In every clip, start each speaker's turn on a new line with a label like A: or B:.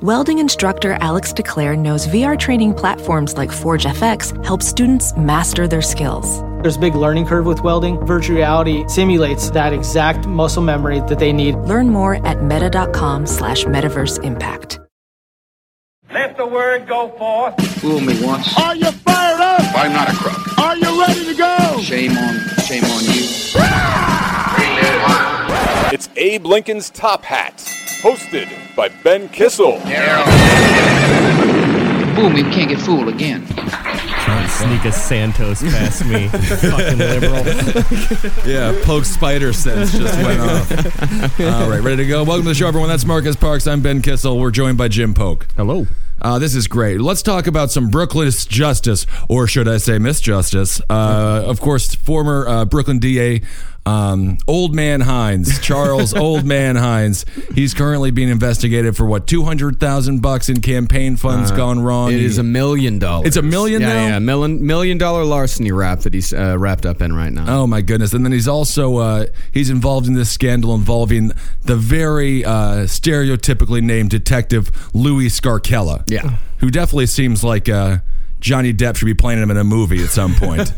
A: Welding instructor Alex DeClaire knows VR training platforms like Forge FX help students master their skills.
B: There's a big learning curve with welding. Virtual reality simulates that exact muscle memory that they need.
A: Learn more at meta.com slash metaverse impact.
C: Let the word go forth.
D: Fool me once.
E: Are you fired up?
D: I'm not a crook.
E: Are you ready to go?
D: Shame on, shame on you.
F: It's Abe Lincoln's Top Hat, hosted by Ben Kissel.
D: Fool me, we can't get fooled again.
G: Don't sneak a Santos past me, fucking liberal.
H: Yeah, poke spider sense just went off. All right, ready to go. Welcome to the show, everyone. That's Marcus Parks. I'm Ben Kissel. We're joined by Jim Poke.
G: Hello.
H: Uh, this is great. Let's talk about some Brooklyn justice, or should I say misjustice. Uh, of course, former uh, Brooklyn DA, um, Old Man Hines, Charles Old Man Hines. He's currently being investigated for what two hundred thousand bucks in campaign funds gone wrong.
I: Uh, It is a
H: He-
I: million dollars.
H: It's a million
I: yeah,
H: now?
I: Yeah, million million dollar larceny rap that he's uh, wrapped up in right now.
H: Oh my goodness! And then he's also uh, he's involved in this scandal involving the very uh, stereotypically named detective Louis Scarcella.
I: Yeah.
H: who definitely seems like uh, Johnny Depp should be playing him in a movie at some point.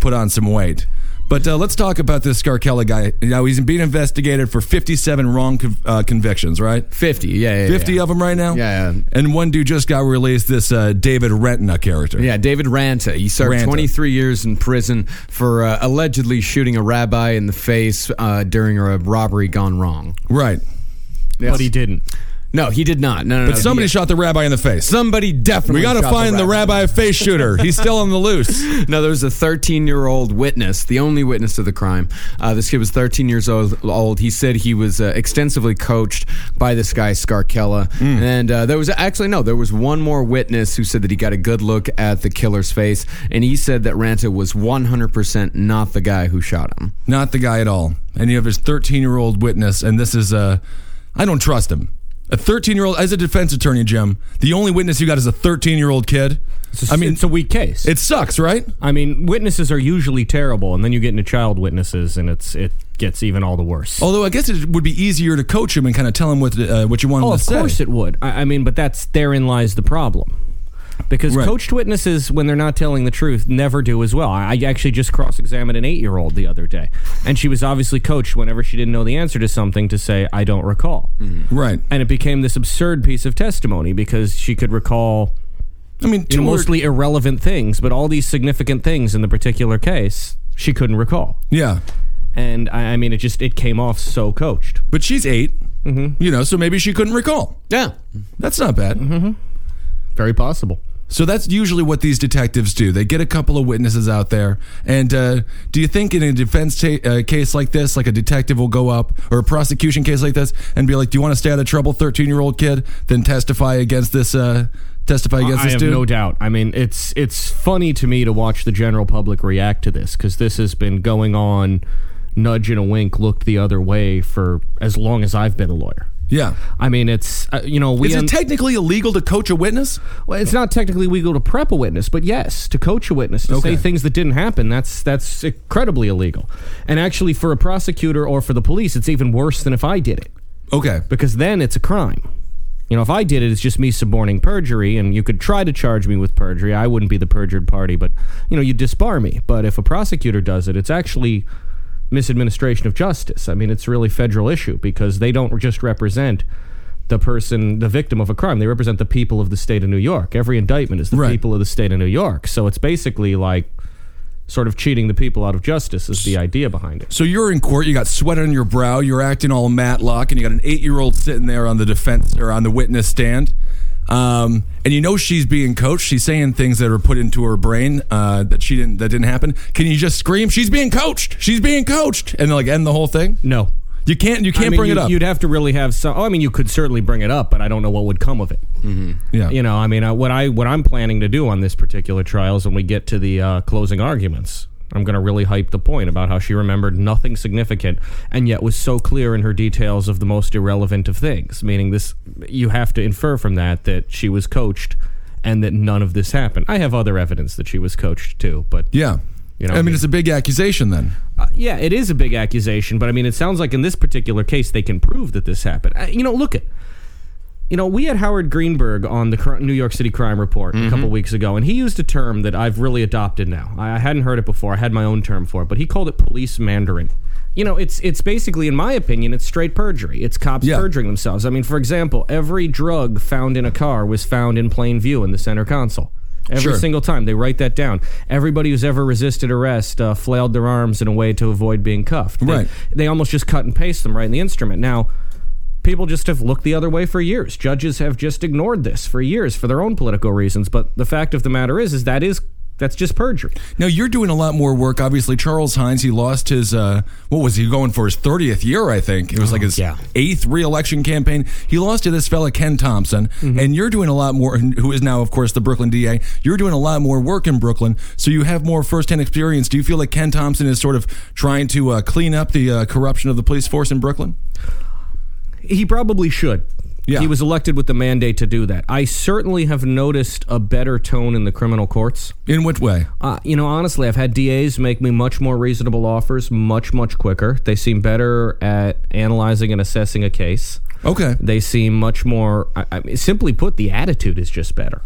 H: Put on some weight. But uh, let's talk about this Scarcella guy. Now he's being investigated for fifty-seven wrong conv- uh, convictions, right?
I: Fifty. Yeah, yeah.
H: Fifty
I: yeah.
H: of them right now.
I: Yeah, yeah.
H: And one dude just got released. This uh, David Rentna character.
I: Yeah, David Ranta. He served
H: Ranta.
I: 23 years in prison for uh, allegedly shooting a rabbi in the face uh, during a robbery gone wrong.
H: Right.
G: But he didn't.
I: No, he did not. No, no.
H: But somebody shot the rabbi in the face.
I: somebody definitely.
H: We got to
I: shot
H: find the rabbi. face shooter. He's still on the loose.
I: No, there was a 13 year old witness, the only witness to the crime. Uh, this kid was 13 years old. old. He said he was uh, extensively coached by this guy, Scarkella.
H: Hmm.
I: And uh, there was actually, no, there was one more witness who said that he got a good look at the killer's face. And he said that Ranta was 100% not the guy who shot him.
H: Not the guy at all. And you have his 13 year old witness, and this is a. I don't trust him. A 13 year old, as a defense attorney, Jim, the only witness you got is a 13 year old kid.
G: It's a-
H: I mean,
G: it's a weak case.
H: it sucks, right?
G: I mean, witnesses are usually terrible, and then you get into child witnesses, and it's it gets even all the worse.
H: Although I guess it would be easier to coach him and kind of tell him what uh, what you want him
G: Oh,
H: to
G: of
H: say.
G: course it would. I, I mean, but that's therein lies the problem. Because
H: Right.
G: coached witnesses, when they're not telling the truth, never do as well. I I actually just cross examined an eight year old the other day, and she was obviously coached whenever she didn't know the answer to something to say, I don't recall.
H: Right.
G: And it became this absurd piece of testimony because she could recall
H: I mean,
G: you know,
H: two or-
G: mostly irrelevant things, but all these significant things in the particular case, she couldn't recall.
H: Yeah.
G: And I, I mean, it just it came off so coached.
H: But she's 8
G: Mm-hmm.
H: you know, so maybe she couldn't recall.
I: Yeah.
H: That's not bad.
G: Very possible.
H: So that's usually what these detectives do. They get a couple of witnesses out there, and uh, do you think in a defense ta- uh, case like this, like a detective will go up or a prosecution case like this, and be like, "Do you want to stay out of trouble, thirteen-year-old kid?" Then testify against this, uh, testify against
G: I
H: this
G: have
H: dude.
G: no doubt. I mean, it's it's funny to me to watch the general public react to this because this has been going on, nudge and a wink, looked the other way for as long as I've been a lawyer.
H: yeah,
G: I mean, it's uh, you know we
H: is
G: un-
H: it technically illegal to coach a witness?
G: well, it's not technically legal to prep a witness, but yes, to coach a witness to say things that didn't happen. That's that's incredibly illegal, and actually for a prosecutor or for the police, it's even worse than if I did it
H: Okay,
G: because then it's a crime. You know, if I did it, it's just me suborning perjury, and you could try to charge me with perjury. I wouldn't be the perjured party, but you know, you disbar me. But if a prosecutor does it, it's actually misadministration of justice. I mean, it's really federal issue because they don't just represent the person, the victim of a crime. They represent the people of the state of New York. Every indictment is the
H: Right.
G: people of the state of New York. So it's basically like sort of cheating the people out of justice is the idea behind it.
H: so you're in court, you got sweat on your brow, you're acting all matlock, and you got an eight-year-old sitting there on the defense or on the witness stand. Um, and you know she's being coached. She's saying things that are put into her brain uh, that she didn't that didn't happen. Can you just scream? She's being coached. She's being coached, and like end the whole thing.
G: No.
H: You can't. You can't
G: I mean,
H: bring
G: you,
H: it up.
G: You'd have to really have some. Oh, I mean, you could certainly bring it up, but I don't know what would come of it.
H: Mm-hmm. yeah.
G: You know, I mean, I, what I what I'm planning to do on this particular trial is when we get to the uh, closing arguments, I'm going to really hype the point about how she remembered nothing significant and yet was so clear in her details of the most irrelevant of things. Meaning, this you have to infer from that that she was coached and that none of this happened. I have other evidence that she was coached too, but
H: Yeah.
G: You know,
H: I mean,
G: you-
H: it's a big accusation then.
G: Uh, yeah, it is a big accusation, but I mean, it sounds like in this particular case, they can prove that this happened. Uh, You know, look at. You know, we had Howard Greenberg on the cr- New York City Crime Report a couple weeks ago, and he used a term that I've really adopted now. I I hadn't heard it before; I had my own term for it, but he called it police mandarin. You know, it's it's basically, in my opinion, it's straight perjury. It's cops
H: Yeah.
G: perjuring themselves. I mean, for example, every drug found in a car was found in plain view in the center console. Every
H: Sure.
G: single time. They write that down. Everybody who's ever resisted arrest uh, flailed their arms in a way to avoid being cuffed. They,
H: Right.
G: They almost just cut and paste them right in the instrument. Now, people just have looked the other way for years. Judges have just ignored this for years for their own political reasons. But the fact of the matter is, is that is that's just perjury.
H: Now you're doing a lot more work. Obviously, Charles Hines. He lost his uh, what was he going for his 30th year? I think it was like his
G: Oh, yeah.
H: eighth reelection campaign. He lost to this fella Ken Thompson,
G: Mm-hmm.
H: and you're doing a lot more. Who is now, of course, the Brooklyn DA. You're doing a lot more work in Brooklyn, so you have more firsthand experience. Do you feel like Ken Thompson is sort of trying to uh, clean up the uh, corruption of the police force in Brooklyn?
G: he probably should.
H: Yeah.
G: He was elected with the mandate to do that. I certainly have noticed a better tone in the criminal courts.
H: In what way?
G: Uh, you know, honestly, I've had DAs make me much more reasonable offers much, much quicker. They seem better at analyzing and assessing a case.
H: Okay.
G: They seem much more, I, I, mean, simply put, the attitude is just better.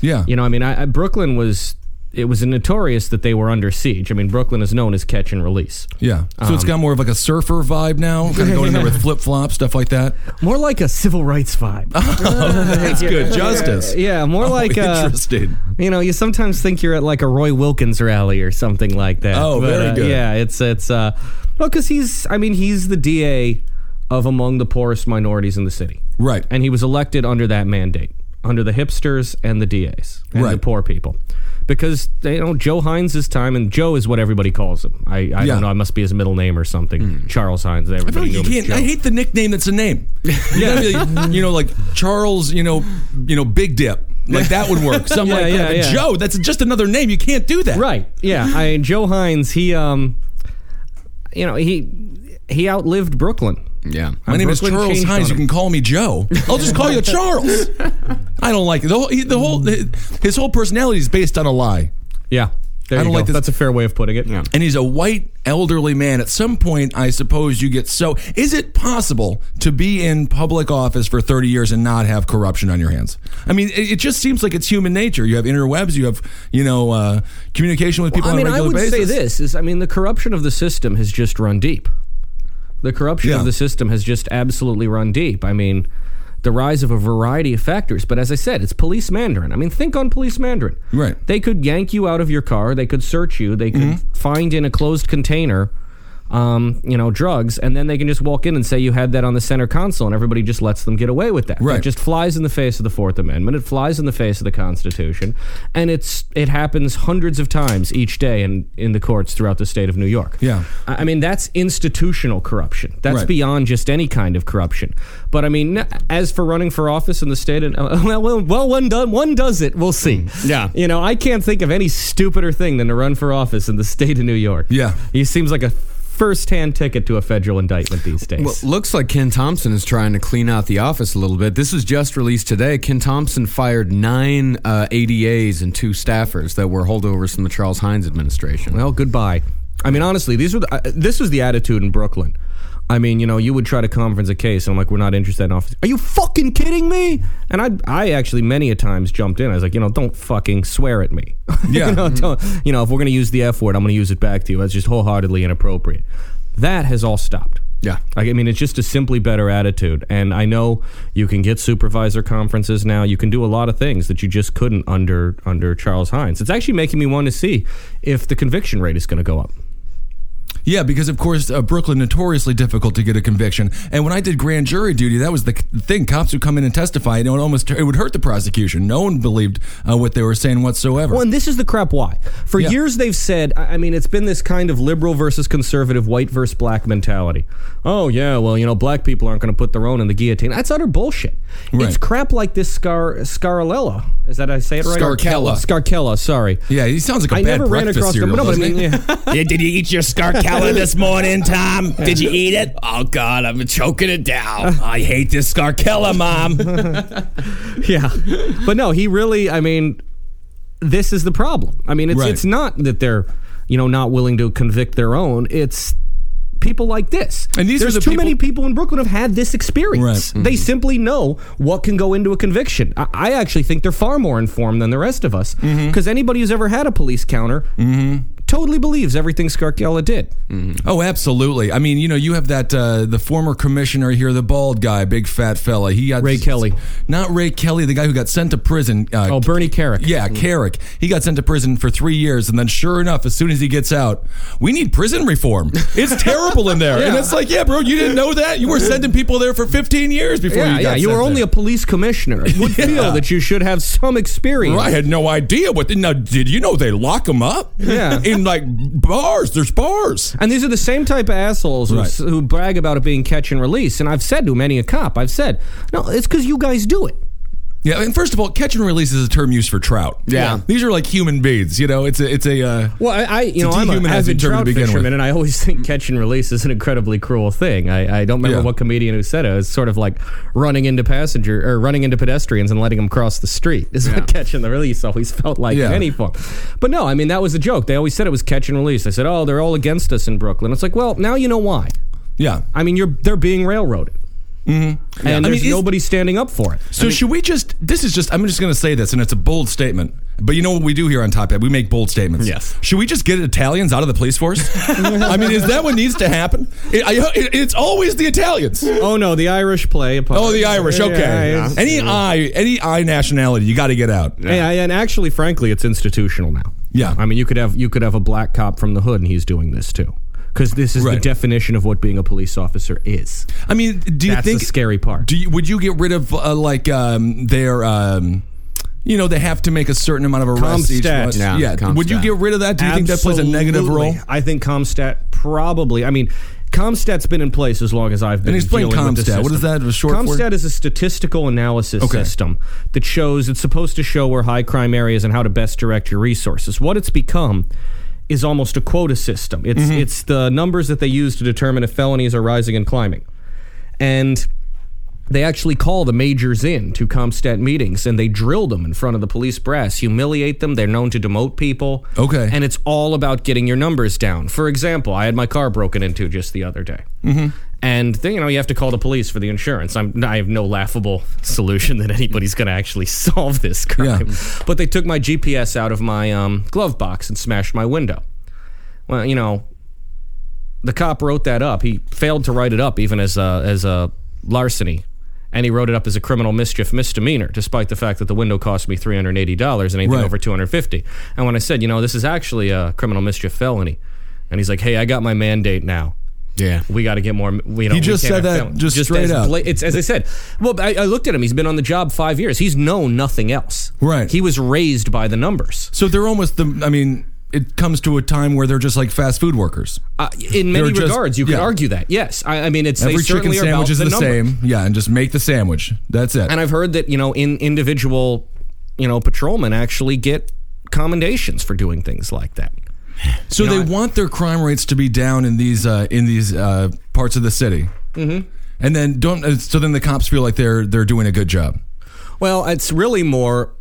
H: Yeah.
G: You know, I mean, I, I, Brooklyn was, it was notorious that they were under siege. I mean, Brooklyn is known as catch and release.
H: Yeah. So
G: um,
H: it's got more of like a surfer vibe now, kind of going in there with flip flops, stuff like that.
G: More like a civil rights vibe.
H: That's good justice.
G: yeah, more like uh,
H: interesting.
G: You know, you sometimes think you're at like a Roy Wilkins rally or something like that.
H: Oh, very
G: uh,
H: good.
G: Yeah, it's it's uh, well, because he's I mean he's the DA of among the poorest minorities in the city,
H: Right.
G: and he was elected under that mandate, under the hipsters and the DAs and the
H: Right.
G: poor people, because you know Joe Hines' time, and Joe is what everybody calls him. I, I
H: Yeah. Hmm.
G: don't know, I must be his middle name or something. Charles Hines.
H: I feel
G: Everybody
H: like
G: knew him
H: you
G: as
H: can't.
G: Joe.
H: I hate the nickname that's a name. Yeah, you know, like Charles. You know, you know, Big Dip. Like that would work. Something
G: Yeah,
H: like
G: yeah,
H: that. But
G: yeah.
H: Joe, that's just another name. You can't do that.
G: Right. Yeah. I mean, Joe Hines. He, um, you know, he he outlived Brooklyn.
I: Yeah.
H: My name
G: Brooklyn
H: is Charles
G: changed
H: Hines.
G: on
H: You
G: him.
H: can call me Joe. I'll just call you Charles. I don't like it. The whole, he- the whole his whole personality is based on a lie.
G: Yeah. There
H: I
G: you
H: don't
G: go.
H: like this-
G: That's a fair way of putting it.
H: And he's a white elderly man. At some point, I suppose you get so. Is it possible to be in public office for 30 years and not have corruption on your hands? I mean, it, it just seems like it's human nature. You have interwebs, you have, you know, uh, communication with people
G: I
H: on
G: mean,
H: a
G: I
H: regular
G: would say
H: basis.
G: this is I mean, the corruption of the system has just run deep. The corruption
H: Yeah.
G: of the system has just absolutely run deep. I mean, the rise of a variety of factors, but as I said, it's police mandarin. I mean, think on police mandarin.
H: Right. Mm-hmm.
G: They could yank you out of your car, they could search you, they could find in a closed container um, you know, drugs, and then they can just walk in and say you had that on the center console, and everybody just lets them get away with that.
H: Right.
G: It just flies in the face of the Fourth Amendment. It flies in the face of the Constitution, and it's it happens hundreds of times each day in in the courts throughout the state of New York.
H: Yeah.
G: I I mean that's institutional corruption. That's
H: Right.
G: beyond just any kind of corruption. But I mean, n- as for running for office in the state, and uh, well, well, well, one does one does it. We'll see.
I: Yeah.
G: You know, I can't think of any stupider thing than to run for office in the state of New York.
H: Yeah.
G: He seems like a first-hand ticket to a federal indictment these days.
I: Well, looks like Ken Thompson is trying to clean out the office a little bit. This was just released today. Ken Thompson fired nine uh, ADAs and two staffers that were holdovers from the Charles Hines administration.
G: Well, goodbye. I mean, honestly, these were the, uh, this was the attitude in Brooklyn. I mean, you know, you would try to conference a case, and I'm like, we're not interested in office. Are you fucking kidding me? And I, I actually many a times jumped in. I was like, you know, don't fucking swear at me.
H: Yeah.
G: you, know, don't- you know, if we're gonna use the f word, I'm gonna use it back to you. That's just wholeheartedly inappropriate. That has all stopped.
I: Yeah.
G: Like, I mean, it's just a simply better attitude. And I know you can get supervisor conferences now. You can do a lot of things that you just couldn't under under Charles Hines. It's actually making me want to see if the conviction rate is going to go up.
H: Yeah, because of course uh, Brooklyn notoriously difficult to get a conviction. And when I did grand jury duty, that was the c- thing. Cops would come in and testify, and it would almost it would hurt the prosecution. No one believed uh, what they were saying whatsoever.
G: Well, and this is the crap why. For
H: Yeah.
G: years, they've said, I I mean, it's been this kind of liberal versus conservative, white versus black mentality. Oh, yeah, well, you know, black people aren't going to put their own in the guillotine. That's utter bullshit. It's
H: Right.
G: crap like this Scar Scarlella. Is that I say it right?
H: Scarcella.
G: Scarcella, sorry.
H: yeah, he sounds like a
G: I
H: bad
G: never ran
H: breakfast
G: across them.
H: cereal.
G: No, but I
H: doesn't
G: mean,
H: he?
G: yeah.
J: Did, did you eat your scarcella this morning, Tom? Did you eat it? Oh, God, I'm choking it down. I hate this scarcella, Mom.
G: yeah. But no, he really, I mean, this is the problem. I mean, it's
H: Right.
G: it's not that they're, you know, not willing to convict their own. It's people like this.
H: And these are
G: There's
H: the
G: too
H: people-
G: many people in Brooklyn have had this experience.
H: Right. Mhm.
G: They simply know what can go into a conviction. I, I actually think they're far more informed than the rest of us
H: Mm-hmm.
G: because anybody who's ever had a police counter totally believes everything Scarcella did.
H: Oh, absolutely. I mean, you know, you have that uh, the former commissioner here, the bald guy, big fat fella. He got
G: Ray Kelly.
H: not Ray Kelly, the guy who got sent to prison. Uh,
G: Oh, Bernie Carrick.
H: Yeah, Carrick. He got sent to prison for three years, and then sure enough, as soon as he gets out, we need prison reform. It's terrible in there, and it's like, yeah, bro, you didn't know that. You were sending people there for 15 years before
G: Yeah,
H: you got
G: yeah. You
H: sent
G: were only
H: there.
G: a police commissioner. It would feel that you should have some experience.
H: I had no idea what. Now, did you know they lock them up?
G: Yeah.
H: in like bars. There's bars.
G: And these are the same type of assholes who,
H: Right.
G: who brag about it being catch and release. And I've said to many a cop, I've said, no, it's because you guys do it.
H: Yeah, and first of all, catch and release is a term used for trout.
I: Yeah.
H: these are like human beings. You know, it's a it's a uh,
G: Well, I, I you know,
H: It's a
G: I'm an
H: dehumanizing
G: avid
H: term to
G: trout
H: begin with.
G: fisherman, and I always think catch and release is an incredibly cruel thing. I, I don't remember
H: Yeah.
G: what comedian who said it. It's sort of like running into passenger or running into pedestrians and letting them cross the street. Is what catch and the release always felt like
H: Yeah.
G: in any form. But no, I mean that was the joke. They always said it was catch and release. They said, oh, they're all against us in Brooklyn. It's like, well, now you know why.
H: yeah.
G: I mean, you're they're being railroaded. Mm-hmm. And
H: I
G: there's
H: mean, is-
G: nobody standing up for it.
H: So should we just? This is just. I'm just going to say this, and it's a bold statement. But you know what we do here on Top Hat? We make bold statements.
J: Yes.
H: Should we just get Italians out of the police force? I mean, is that what needs to happen? It, I, it, it's always the Italians.
G: Oh no, the Irish play. Upon
H: Oh, the Irish.
G: Yeah,
H: Okay.
G: yeah, it's-
H: Any I, any I nationality, you got to get out.
G: Yeah, and actually, frankly, it's institutional now.
H: Yeah.
G: I mean, you could have you could have a black cop from the hood, and he's doing this too, because this is the
H: Right.
G: definition of what being a police officer is.
H: I mean, do you
G: That's
H: think
G: the scary part.
H: Do you, would you get rid of uh, like um, their? Um, you know they have to make a certain amount of arrests each
G: Comstat.
H: month.
I: Yeah,
H: yeah.
I: Comstat.
H: Would you get rid of that? Do you think that plays a negative
G: Absolutely.
H: role?
G: I think Comstat probably. I mean, Comstat's been in place as long as I've been.
H: And explain
G: dealing with this
H: Comstat. What
G: system.
H: is that, a short
G: Comstat
H: word?
G: is a statistical analysis
H: Okay.
G: system that shows it's supposed to show where high crime areas and how to best direct your resources. What it's become is almost a quota system.
H: Mm-hmm.
G: It's it's the numbers that they use to determine if felonies are rising and climbing, and they actually call the majors in to Comstat meetings and they drill them in front of the police brass, humiliate them. They're known to demote people.
H: Okay.
G: And it's all about getting your numbers down. For example, I had my car broken into just the other day. Mm-hmm. And then, you know, you have to call the police for the insurance. I'm, I have no laughable solution that anybody's going to actually solve this crime.
H: Yeah.
G: But they took my GPS out of my um, glove box and smashed my window. Well, you know, the cop wrote that up. He failed to write it up even as a, as a larceny, and he wrote it up as a criminal mischief misdemeanor, despite the fact that the window cost me three hundred eighty dollars and anything
H: Right.
G: over two hundred fifty. And when I said, you know, this is actually a criminal mischief felony, and he's like, hey, I got my mandate now.
I: Yeah.
G: We got to get more. You know,
H: He just
G: we can't have
H: said that
G: felon-
H: just straight
G: as
H: up.
G: bla- it's as I said. Well, I, I looked at him. He's been on the job five years. He's known nothing else.
H: Right.
G: He was raised by the numbers.
H: So they're almost the. I mean, it comes to a time where they're just like fast food workers.
G: Uh, in many
H: They're just-
G: regards, you
H: yeah.
G: could argue that. Yes, I, I mean it's they
H: Every chicken
G: certainly are
H: sandwich
G: about
H: is the,
G: numbers.
H: same. Yeah, and just make the sandwich. That's it.
G: And I've heard that you know, in individual, you know, patrolmen actually get commendations for doing things like that.
H: so they want their crime rates to be down in these uh, in these uh, parts of the city. Mm-hmm. And then don't. uh, So then the cops feel like they're they're doing a good job.
G: Well, it's really more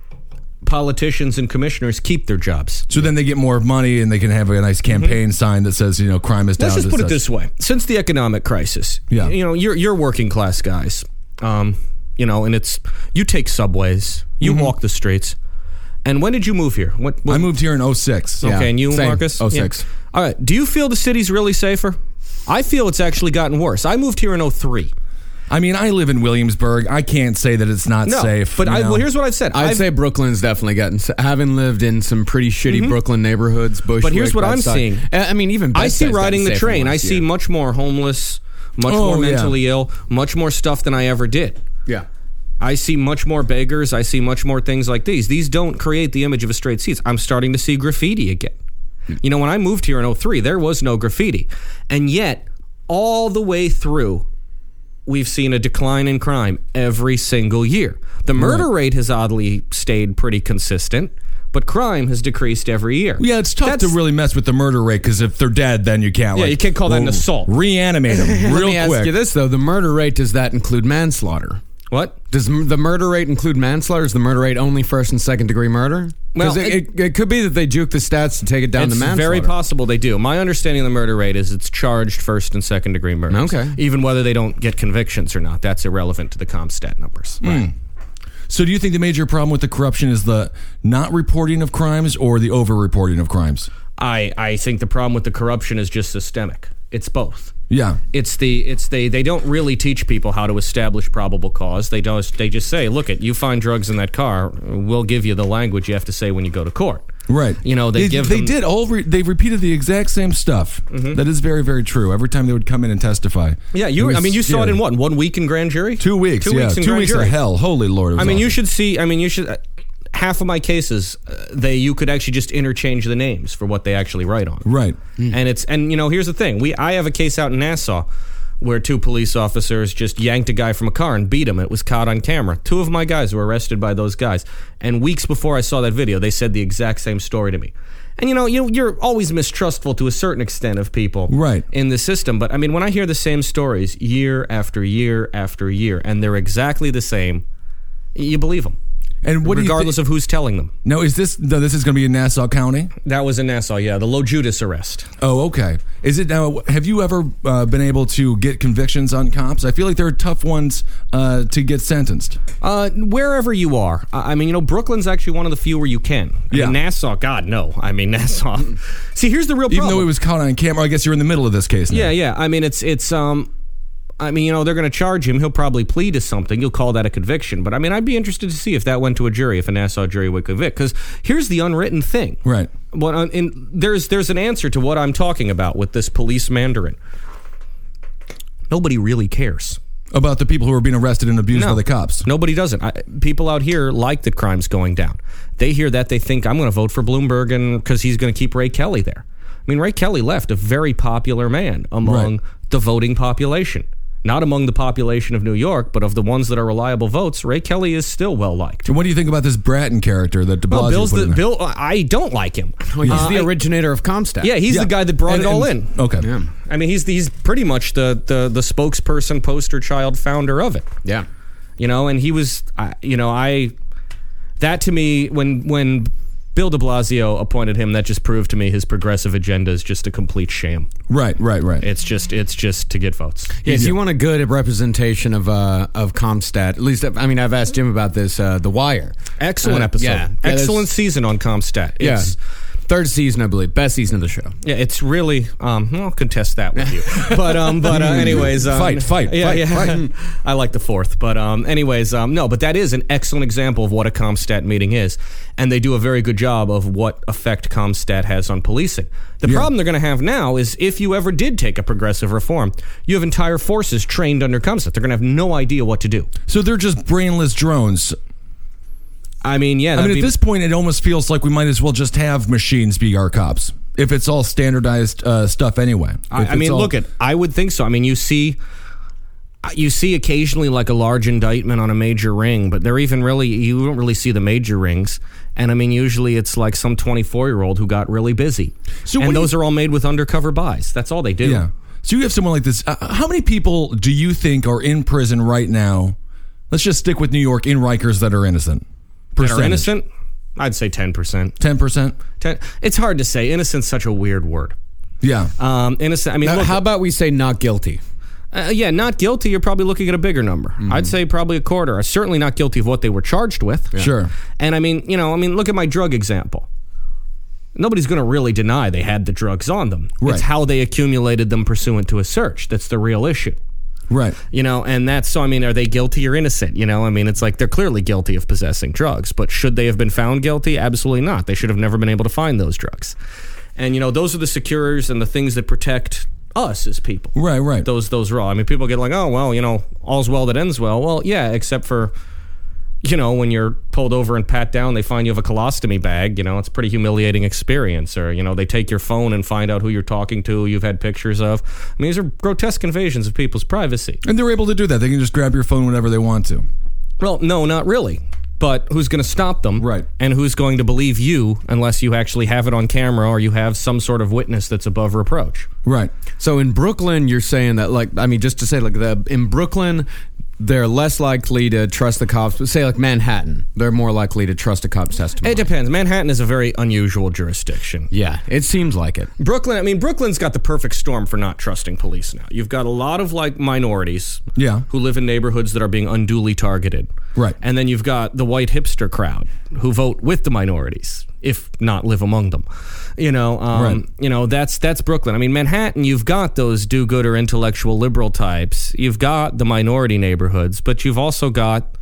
G: politicians and commissioners keep their jobs.
H: So then they get more money and they can have a nice campaign sign that says you know crime is down.
G: Mm-hmm. Let's just
H: to
G: put it
H: such.
G: this way: since the economic crisis,
H: Yeah.
G: you know, you're you're working class guys, um, you know, and it's you take subways, you walk the streets. And when did you move here? What, what
H: Mm-hmm. I moved here in 06.
G: Okay, and you, Marcus?
H: Oh
G: Yeah.
H: six.
G: All oh right. Do you feel the city's really safer? I feel it's actually gotten worse. I moved here in 03.
H: I mean, I live in Williamsburg. I can't say that it's not
I: No,
H: safe.
I: but I- well, here's
G: what I've said.
I: I'd
H: I've-
I: say Brooklyn's definitely gotten. Having lived in some pretty shitty
G: Mhm.
I: Brooklyn neighborhoods, Bushwick,
G: but here's what I'm
I: Bedside-
G: seeing.
I: I I mean, even
G: I see
I: Bedside's gotten
G: riding the
I: safer
G: train. I
I: last
G: see
I: year.
G: much more homeless, much
I: Oh,
G: more
I: yeah.
G: mentally ill, much more stuff than I ever did.
I: Yeah.
G: I see much more beggars. I see much more things like these. These don't create the image of a straight seats. I'm starting to see graffiti again. You know, when I moved here in 03, there was no graffiti. And yet, all the way through, we've seen a decline in crime every single year. The murder rate has oddly stayed pretty consistent, but crime has decreased every year.
H: Yeah, it's tough to really mess with the murder rate because if they're dead, then you can't.
G: Yeah,
H: like,
G: you can't call that an
H: well,
G: assault.
H: Reanimate them
I: Let me
H: real
I: ask you
H: quick.
I: this though: the murder rate does that include manslaughter?
G: What
I: does m- the murder rate include manslaughter? Is the murder rate only first and second degree murder? Well,
G: Well,
I: it, it, it could be that they juke the stats to take it down
G: it's
I: to manslaughter.
G: very possible they do. My understanding of the murder rate is it's charged first and second degree murder.
I: Okay.
G: Even whether they don't get convictions or not, that's irrelevant to the Comstat numbers.
H: Mm. So, do you think the major problem with the corruption is the not reporting of crimes or the over reporting of crimes?
G: I, I think the problem with the corruption is just systemic. It's both.
H: Yeah.
G: It's the it's the they don't really teach people how to establish probable cause. They don't. They just say, look, it you find drugs in that car, we'll give you the language you have to say when you go to court.
H: Right.
G: You know, they, give
H: they
G: them- Mm-hmm.
H: did all re- they repeated the exact same stuff. That is very very true. Every time they would come in and testify.
G: Yeah, you.
H: was
G: I mean, you saw it
H: scary.
G: in what one week in grand jury, two
H: weeks,
G: two
H: yeah.
G: weeks in
H: Two
G: grand
H: weeks of
G: jury.
H: hell. Holy Lord, it was
G: I mean, you
H: awful.
G: should see. I mean, you should. Uh, half of my cases, uh, they you could actually just interchange the names for what they actually write on.
H: Right.
G: And it's and you know here's the thing. We I have a case out in Nassau where two police officers just yanked a guy from a car and beat him. It was caught on camera. Two of my guys were arrested by those guys. And weeks before I saw that video, they said the exact same story to me. And you know, you you're always mistrustful to a certain extent of people
H: Right.
G: in the system, but I mean when I hear the same stories year after year after year and they're exactly the same, you believe them.
H: And what do you
G: regardless of who's telling them.
H: Now, is this no, this is going to be in Nassau County?
G: That was in Nassau, yeah, the Low Judas arrest.
H: Oh, okay. Is it now? Have you ever uh, been able to get convictions on cops? I feel like there are tough ones uh, to get sentenced.
G: Uh, wherever you are, I I mean, you know, Brooklyn's actually one of the few where you can. I
H: Yeah. Mm-hmm.
G: mean, Nassau, God no. I mean, Nassau. See, here's the real problem.
H: Even though it was caught on camera, I guess you're in the middle of this case. Now.
G: yeah, yeah. I mean, it's it's um, I mean, you know, they're going to charge him. He'll probably plead to something. You'll call that a conviction. But I mean, I'd be interested to see if that went to a jury, if a Nassau jury would convict. Because here's the unwritten thing.
H: Right.
G: What I- and there's there's an answer to what I'm talking about with this police mandarin. Nobody really cares.
H: About the people who are being arrested and abused by the cops.
G: Nobody doesn't. I, people out here like the crimes going down. They hear that they think I'm going to vote for Bloomberg and because he's going to keep Ray Kelly there. I mean, Ray Kelly left a very popular man among the voting population. Not among the population of New York, but of the ones that are reliable votes, Ray Kelly is still well liked.
H: And what do you think about this Bratton character that De Blasio
G: Well, Bill's
H: put
G: the
H: in there?
G: Bill. I don't like him.
I: Well, he's
G: Uh,
I: the
G: I-
I: originator of Comstat.
G: yeah, he's the guy that brought
I: And-
G: it all
I: and-
G: in.
H: Okay.
G: I mean, he's he's pretty much the the the spokesperson, poster child, founder of it.
I: Yeah.
G: you know, and he was, I you know, I that to me when when Bill De Blasio appointed him, that just proved to me his progressive agenda is just a complete sham.
H: Right, right, right.
G: It's just it's just to get votes.
I: Yeah, if you want a good representation of uh, of Comstat, at least I mean I've asked Jim about this. Uh, the Wire,
G: Excellent
I: Uh,
G: episode.
I: yeah. Yeah,
G: Excellent
I: there's-
G: season on Comstat.
I: yeah,
G: It's,
I: third season I believe, best season of the show.
G: yeah, it's really. Um, I'll contest that with you, but um, but uh, anyways, um,
I: Fight, fight,
G: yeah,
I: fight,
G: yeah.
I: fight.
G: I like the fourth, but um, anyways, um, no, but that is an excellent example of what a Comstat meeting is, and they do a very good job of what effect Comstat has on policing. The problem they're going to have now is if you ever did take a progressive reform, you have entire forces trained under Comstat. They're going to have no idea what to do.
H: So they're just brainless drones.
G: I mean, yeah,
H: I mean,
G: that'd
H: at
G: be-
H: this point, it almost feels like we might as well just have machines be our cops if it's all standardized uh, stuff anyway. If
G: I, I
H: it's
G: mean,
H: all-
G: look at. I would think so. I mean, you see, uh, you see occasionally like a large indictment on a major ring, but they're even really you don't really see the major rings. And I mean, usually it's like some twenty-four-year-old who got really busy.
H: So what
G: and
H: do
G: those are all made with undercover buys. That's all they do.
H: Yeah. So you have someone like this. Uh, how many people do you think are in prison right now? Let's just stick with New York in Rikers that are innocent.
G: That are innocent. I'd say ten percent.
H: Ten percent.
G: Ten. It's hard to say. Innocent's such a weird word.
H: Yeah. Uh,
G: Um, innocent. I mean,
I: Now,
G: look,
I: how about we say not guilty?
G: Uh, yeah, not guilty. You're probably looking at a bigger number. I'd say probably a quarter. I'm certainly not guilty of what they were charged with.
H: Sure.
G: And I mean, you know, I mean, look at my drug example. Nobody's going to really deny they had the drugs on them.
H: Right.
G: It's how they accumulated them pursuant to a search that's the real issue.
H: Right.
G: You know, and that's so I mean, are they guilty or innocent? You know, I mean, it's like they're clearly guilty of possessing drugs, but should they have been found guilty? Absolutely not. They should have never been able to find those drugs. And you know, those are the secures and the things that protect us as people.
H: Right, right.
G: Those those raw. I mean, people get like, "Oh, well, you know, all's well that ends well." Well, yeah, except for you know, when you're pulled over and pat down, they find you have a colostomy bag. You know, it's a pretty humiliating experience. Or, you know, they take your phone and find out who you're talking to, who you've had pictures of. I mean, these are grotesque invasions of people's privacy.
H: And they're able to do that. They can just grab your phone whenever they want to.
G: Well, no, not really. But who's going to stop them?
H: Right.
G: And who's going to believe you unless you actually have it on camera or you have some sort of witness that's above reproach?
H: Right.
I: So in Brooklyn, you're saying that, like, I mean, just to say, like, the in Brooklyn, they're less likely to trust the cops. But say, like, Manhattan, they're more likely to trust a cop's testimony.
G: It depends. Manhattan is a very unusual jurisdiction.
I: yeah, it seems like it.
G: Brooklyn, I mean, Brooklyn's got the perfect storm for not trusting police now. You've got a lot of like minorities
H: Yeah.
G: who live in neighborhoods that are being unduly targeted.
H: Right.
G: And then you've got the white hipster crowd who vote with the minorities, if not live among them. You know, um,
H: Right.
G: you know, that's that's Brooklyn. I mean, Manhattan, you've got those do-gooder intellectual liberal types. You've got the minority neighborhoods, but you've also got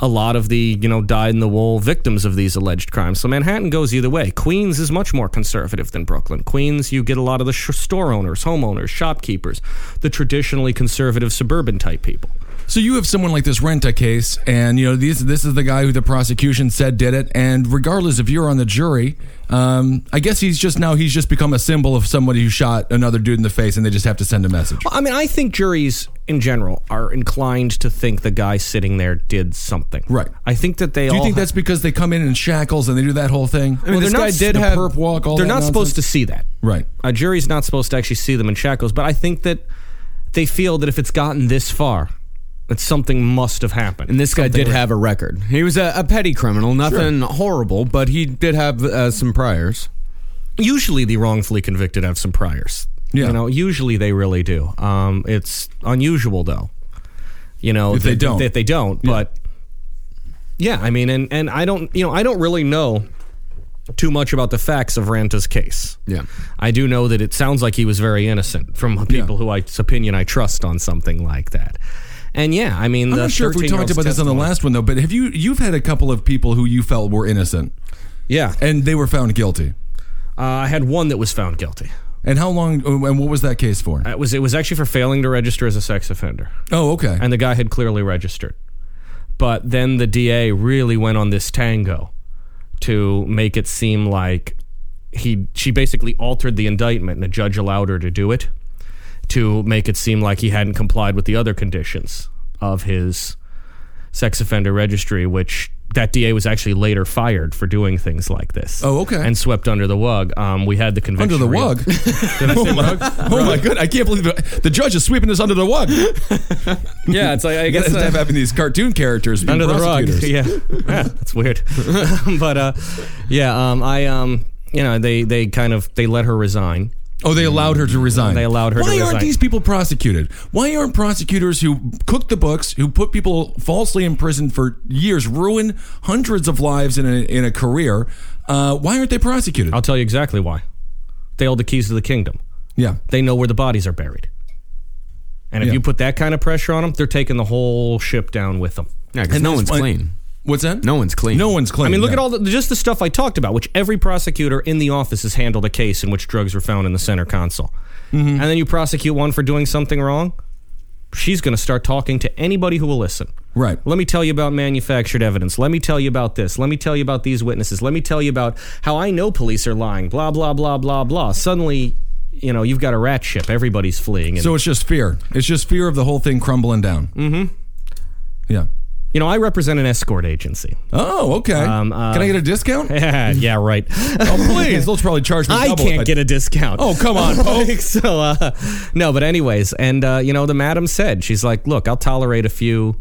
G: a lot of the you know dyed in the wool victims of these alleged crimes. So Manhattan goes either way. Queens is much more conservative than Brooklyn. Queens, you get a lot of the sh- store owners, homeowners, shopkeepers, the traditionally conservative suburban type people.
H: So you have someone like this rent a case, and you know this this is the guy who the prosecution said did it. And regardless if you're on the jury, um, I guess he's just now he's just become a symbol of somebody who shot another dude in the face, and they just have to send a message.
G: Well, I mean, I think juries in general are inclined to think the guy sitting there did something.
H: Right.
G: I think that they
H: Do you
G: all
H: think
G: ha-
H: that's because they come in in shackles and they do that whole thing? I mean,
G: Well,
H: this
G: they're
H: guy
G: not-
H: did
G: the
H: have
G: perp
H: walk. All
G: they're
H: that
G: not supposed to
H: nonsense?
G: see that.
H: Right.
G: A jury's not supposed to actually see them in shackles, but I think that they feel that if it's gotten this far, that something must have happened.
I: And this guy did have a record. He was a, a petty criminal, nothing horrible, but he did have uh, some priors.
G: usually the wrongfully convicted have some priors.
H: Yeah.
G: You know, usually they really do. Um, it's unusual though. You know,
H: If they
G: that-
H: don't.
G: that they don't. But yeah, I mean, and and I don't, you know, I don't really know too much about the facts of Ranta's case.
I: Yeah.
G: I do know that it sounds like he was very innocent from people who I opinion I trust on something like that. And yeah, I mean,
H: I'm
G: the
H: not sure if we
G: 13-year-old's
H: talked about this on the
G: testimony-
H: last one though, but have you you've had a couple of people who you felt were innocent
G: Yeah,
H: and they were found guilty.
G: uh, I had one that was found guilty.
H: And how long? And what was that case for?
G: It was it was actually for failing to register as a sex offender.
H: Oh, okay.
G: and the guy had clearly registered. But then the DA really went on this tango to make it seem like he she basically altered the indictment and the judge allowed her to do it to make it seem like he hadn't complied with the other conditions of his sex offender registry which that DA was actually later fired for doing things like this.
H: Oh, okay.
G: And swept under the rug. Um, we had the
H: under
G: conviction.
H: the
G: re-
H: rug. oh my, oh my god! I can't believe it. the judge is sweeping this under the rug.
G: Yeah, it's like I guess
H: Instead
G: uh,
H: of having these cartoon characters being
G: under the rug.
H: prosecutors.
G: Yeah. yeah, that's weird. but uh, yeah, um, I um, you know, they they kind of they let her resign.
H: Oh, they allowed her to resign.
G: They allowed her to
H: Why aren't
G: resign.
H: these people prosecuted? Why aren't prosecutors who cook the books, who put people falsely in prison for years, ruin hundreds of lives in a, in a career? Uh, why aren't they prosecuted?
G: I'll tell you exactly why. They hold the keys to the kingdom.
H: yeah.
G: They know where the bodies are buried. And if
H: Yeah.
G: you put that kind of pressure on them, they're taking the whole ship down with them.
I: Yeah, because no
H: that's
I: one's
H: why-
I: clean.
H: What's that?
I: No one's clean.
H: No one's clean.
G: I mean, look
H: yeah.
G: at all the, just the stuff I talked about, which every prosecutor in the office has handled a case in which drugs were found in the center console.
H: Mm-hmm.
G: And then you prosecute one for doing something wrong, she's going to start talking to anybody who will listen.
H: Right.
G: Let me tell you about manufactured evidence. Let me tell you about this. Let me tell you about these witnesses. Let me tell you about how I know police are lying. Blah blah blah blah blah. Suddenly, you know, you've got a rat ship. Everybody's fleeing. And,
H: So it's just fear. It's just fear of the whole thing crumbling down. Mm-hmm. Yeah.
G: you know, I represent an escort agency.
H: Oh, okay.
G: uh,
H: Can I get a discount?
G: yeah, right.
H: oh, please. They'll probably charge me.
G: I
H: double if
G: can't get a discount.
H: Oh, come on, Pope.
G: so, uh, no, but anyways, and uh, you know, the madam said she's like, "Look, I'll tolerate a few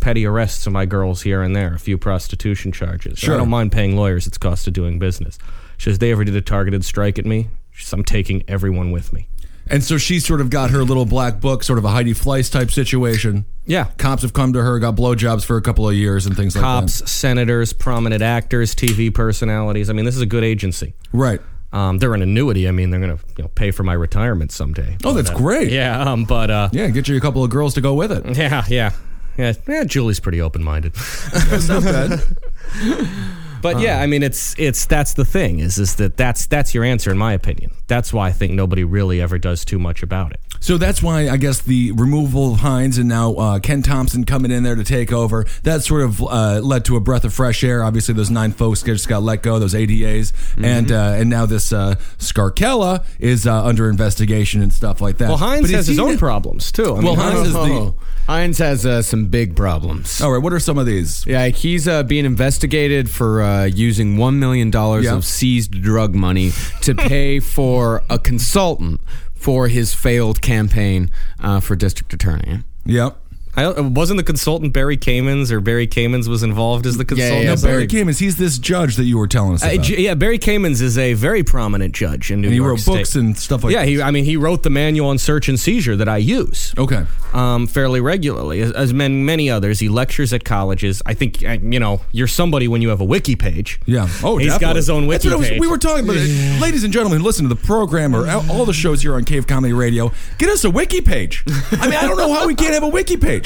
G: petty arrests of my girls here and there, a few prostitution charges.
H: Sure.
G: I don't mind paying lawyers; it's cost of doing business." She says, "They ever did a targeted strike at me?" She says, "I'm taking everyone with me."
H: And so she sort of got her little black book, sort of a Heidi Fleiss type situation.
G: Yeah.
H: Cops have come to her, got blowjobs for a couple of years and things like that.
G: Cops, senators, prominent actors, TV personalities. I mean, this is a good agency.
H: Right.
G: Um, they're an annuity. I mean, they're going to you know, pay for my retirement someday.
H: Oh, that's
G: But, uh,
H: great.
G: Yeah, um, but uh,
H: Yeah, get you a couple of girls to go with it.
G: yeah, yeah, yeah. yeah, Julie's pretty open minded.
H: That's not bad.
G: But yeah, I mean, it's it's that's the thing is is that that's that's your answer in my opinion. That's why I think nobody really ever does too much about it.
H: So that's why I guess the removal of Hines and now uh, Ken Thompson coming in there to take over that sort of uh, led to a breath of fresh air. Obviously, those nine folks just got let go, those ADAs,
G: Mm-hmm.
H: and uh, and now this uh, Scarkella is uh, under investigation and stuff like that.
G: Well, Hines
H: But is
G: has his
H: he-
G: own problems too. I Oh.
H: Well,
G: mean,
H: Hines is the.
I: Hines has uh, some big problems.
H: All right, what are some of these?
I: Yeah, like he's uh, being investigated for uh, using one million dollars
H: Yeah.
I: of seized drug money to pay for a consultant for his failed campaign uh, for district attorney.
H: Yep.
G: I don't- wasn't the consultant Barry Kamens or Barry Kamens was involved as the consultant.
I: yeah,
H: Now,
I: yeah,
H: Barry
I: Barry-
H: Kamens, he's this judge that you were telling us
G: Uh,
H: about.
G: J- yeah, Barry Kamens is a very prominent judge in New
H: and he
G: York
H: wrote
G: State.
H: books and stuff like
G: yeah,
H: that.
G: he, I mean, he wrote the manual on search and seizure that I use.
H: Okay.
G: um, fairly regularly, as, as men, many others. He lectures at colleges. I think uh, you know you're somebody when you have a wiki page.
H: Yeah. Oh,
G: he's got
H: definitely.
G: his own
H: That's
G: wiki
H: what I was-
G: page.
H: we were talking about it. Ladies and gentlemen, who listen to the program or all all the shows here on Cave Comedy Radio. Get us a wiki page. I mean, I don't know how we can't have a wiki page.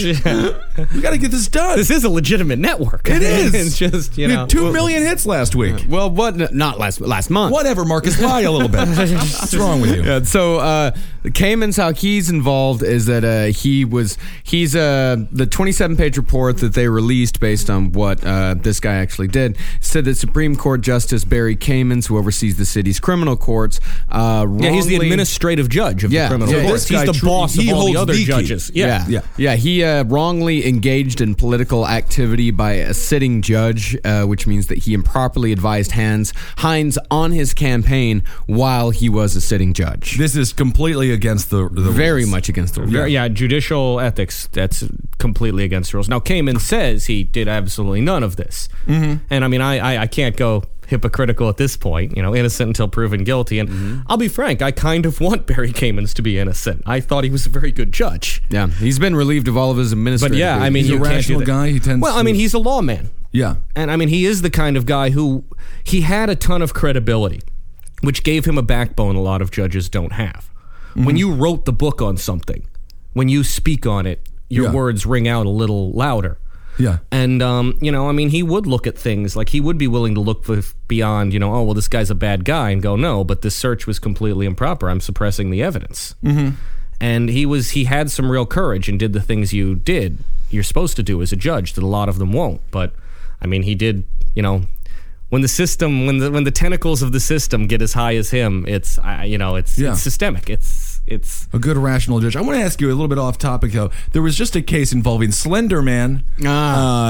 H: We got to get this done.
G: this is a legitimate network.
H: it is.
G: it's just you
H: We
G: know
H: had two million hits last week.
I: Well, what? Not last last month.
H: Whatever, Marcus, lie a little bit. What's wrong with you?
I: Yeah, so uh, Cayman's how he's involved is that uh, he was he's uh, the 27 page report that they released based on what uh, this guy actually did said that Supreme Court Justice Barry Caymans, who oversees the city's criminal courts, uh,
G: Yeah, he's the
I: wrongly-
G: administrative judge of
I: Yeah,
G: the criminal
I: yeah,
G: court.
I: this
G: He's
H: guy
G: the
H: tru-
G: boss of
H: he
G: all the
H: holds
G: other
H: the key.
G: judges.
I: Yeah.
H: Yeah.
I: yeah, He uh, wrongly engaged in political activity by a sitting judge, uh, which means that he improperly advised Hans Hines on his campaign while he was a sitting judge.
H: This is completely against the, the
I: Very
H: rules.
I: much against the rules.
G: Yeah, yeah, judicial ethics, that's completely against the rules. Now, Kamen says he did absolutely none of this. Mm-hmm. And I mean, I, I, I can't go hypocritical at this point, you know, innocent until proven guilty. And
H: Mm-hmm.
G: I'll be frank, I kind of want Barry Kamens to be innocent. I thought he was a very good judge.
I: Yeah, he's been relieved of all of his
G: But
I: administrative.
G: yeah, I
I: duties.
G: mean,
H: He's a
G: you can't do
H: rational
G: that.
H: guy. He tends
G: Well, I
H: to-
G: mean, he's a lawman.
H: Yeah.
G: And I mean, he is the kind of guy who he had a ton of credibility, which gave him a backbone a lot of judges don't have. When you wrote the book on something, when you speak on it, your
H: Yeah.
G: words ring out a little louder.
H: Yeah.
G: And um, you know, I mean, he would look at things like he would be willing to look for beyond, you know, oh well, this guy's a bad guy, and go, no, but this search was completely improper. I'm suppressing the evidence. Mm-hmm. And he was he had some real courage and did the things you did you're supposed to do as a judge that a lot of them won't. But I mean, he did, you know. When the system, when the when the tentacles of the system get as high as him, it's I you know it's
H: Yeah.
G: it's systemic. It's it's
H: A good rational judge. I want to ask you a little bit off topic though. There was just a case involving Slender Man,
I: Ah.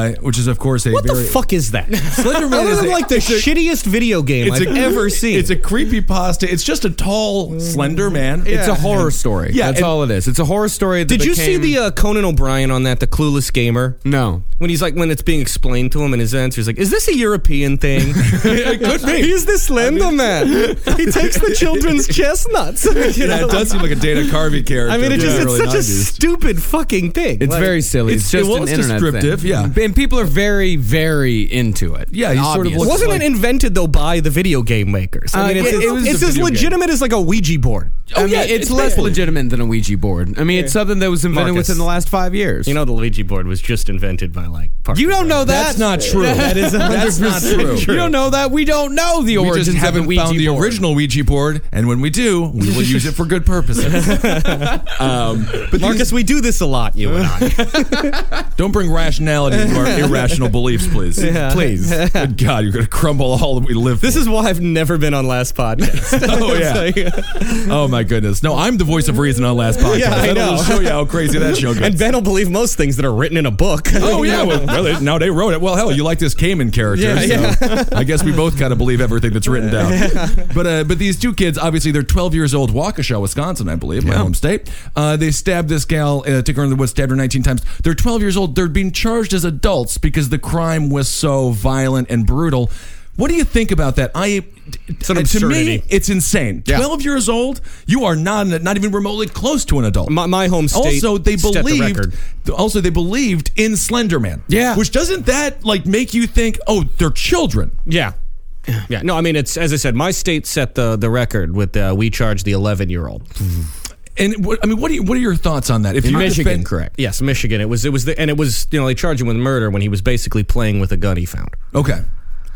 H: uh, which is of course a
G: what
H: very
G: the fuck is that?
H: Slender Man
G: Other
H: is
G: than,
H: a-
G: like the
H: it's a-
G: shittiest video game I've ever seen.
H: It's a creepy pasta. It's just a tall, slender man.
I: it's a horror story.
H: Yeah,
I: Yeah, that's
H: and-
I: all it is. It's a horror story. That
G: Did you see
I: became-
G: the uh, Conan O'Brien on that, the clueless gamer?
I: No.
G: When he's like, when it's being explained to him, and his answer is like, "Is this a European thing?"
H: it could be.
G: he's the slender man. He takes the children's chestnuts. you
H: yeah,
G: know?
H: it does seem like a Dana Carvey character.
G: I mean, it
H: Yeah.
G: just—it's
H: Early
G: such a
H: 90s.
G: stupid fucking thing.
I: It's
G: Like,
I: very silly. It's,
H: it's-
I: just
H: well,
I: an
H: it's
I: internet
H: descriptive,
I: thing.
H: yeah.
I: and people are very, very into it.
H: Yeah, he sort of
I: Obviously.
H: looks
G: Wasn't it invented though by the video game makers? I
I: Uh,
G: mean,
I: yeah,
G: it's,
I: it was
G: it's
I: a
G: as
I: video game. Oh,
G: legitimate as like a Ouija board. Um,
I: I mean,
H: yeah,
I: it's,
H: it's
I: less
H: basically-
I: legitimate than a Ouija board. I mean, it's something that was invented
G: Marcus.
I: within the last five years.
G: You know, the Ouija board was just invented by like. Parker
I: you don't know that.
H: That's not true.
I: That is
H: That's not true.
I: You don't know that. We don't know the
H: We
I: origins
H: just
I: of the
H: haven't
I: Ouija
H: found the
I: board.
H: original Ouija board, and when we do, we will use it for good purposes. um, but
G: Marcus, we do this a lot, you and I.
H: don't bring rationality to our irrational beliefs, please. Please, good God, you're going to crumble all that we live.
G: This
H: for.
G: is why I've never been on last podcast.
H: Oh,
G: It's
H: yeah.
G: like-
H: Oh my goodness! No, I'm the voice of reason on last podcast.
G: Yeah, I
H: That'll
G: know.
H: show you how crazy that show goes.
G: And Ben will believe most things that are written in a book.
H: Oh yeah, well, well they, now they wrote it. Well, hell, you like this Cayman character,
G: Yeah,
H: so I guess we both kind of believe everything that's written down. But uh, but these two kids, obviously, they're 12 years old, Waukesha, Wisconsin, I believe, my home state. Uh, they stabbed this gal, uh, took her in the woods, stabbed her 19 times. They're 12 years old. They're being charged as adults because the crime was so violent and brutal. What do you think about that? I uh,
G: an
H: to
G: absurdity.
H: me, it's insane.
I: Yeah.
H: 12 years old, you are not not even remotely close to an adult.
G: My- my home state
H: Also, they
G: set the
H: believed
G: record.
H: also they believed in Slender Man.
I: Yeah.
H: Which doesn't that like make you think, oh, they're children.
G: yeah. Yeah. No, I mean it's as I said, my state set the the record with uh, we charge the 11 year old.
H: And what, I mean, what are you, what are your thoughts on that? If
G: In
H: you
G: Michigan, correct? Yes, Michigan. It was it was the, and it was you know they charged him with murder when he was basically playing with a gun he found.
H: Okay.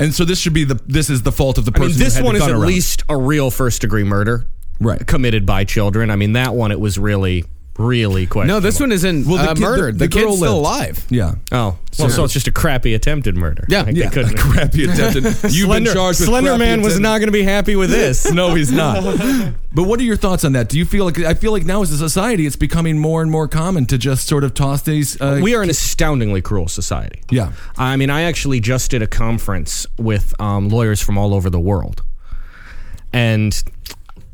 H: And so this should be the this is the fault of the
G: I
H: person.
G: mean,
H: who
G: this
H: had the
G: one is
H: gun
G: at
H: around.
G: least a real first degree murder,
H: right?
G: Committed by children. I mean, that one it was really, really questionable.
I: No, this one isn't
G: Well, the
I: uh,
G: kid- the-
I: murdered. The,
G: the girl
I: kid's still
G: lived.
I: alive.
H: Yeah.
G: Oh, well, so it's just a crappy attempted murder.
I: Yeah.
G: Like, they
I: Yeah.
G: couldn't-
H: crappy attempted. You've
G: Slender-
H: been charged with
G: Slender
H: crappy
G: Man was
H: attempted-
G: not going to be happy with this.
H: no, he's not. But what are your thoughts on that? Do you feel like I feel like now as a society, it's becoming more and more common to just sort of toss these. Uh,
G: we are an astoundingly cruel society.
H: Yeah.
G: I mean, I actually just did a conference with um, lawyers from all over the world. And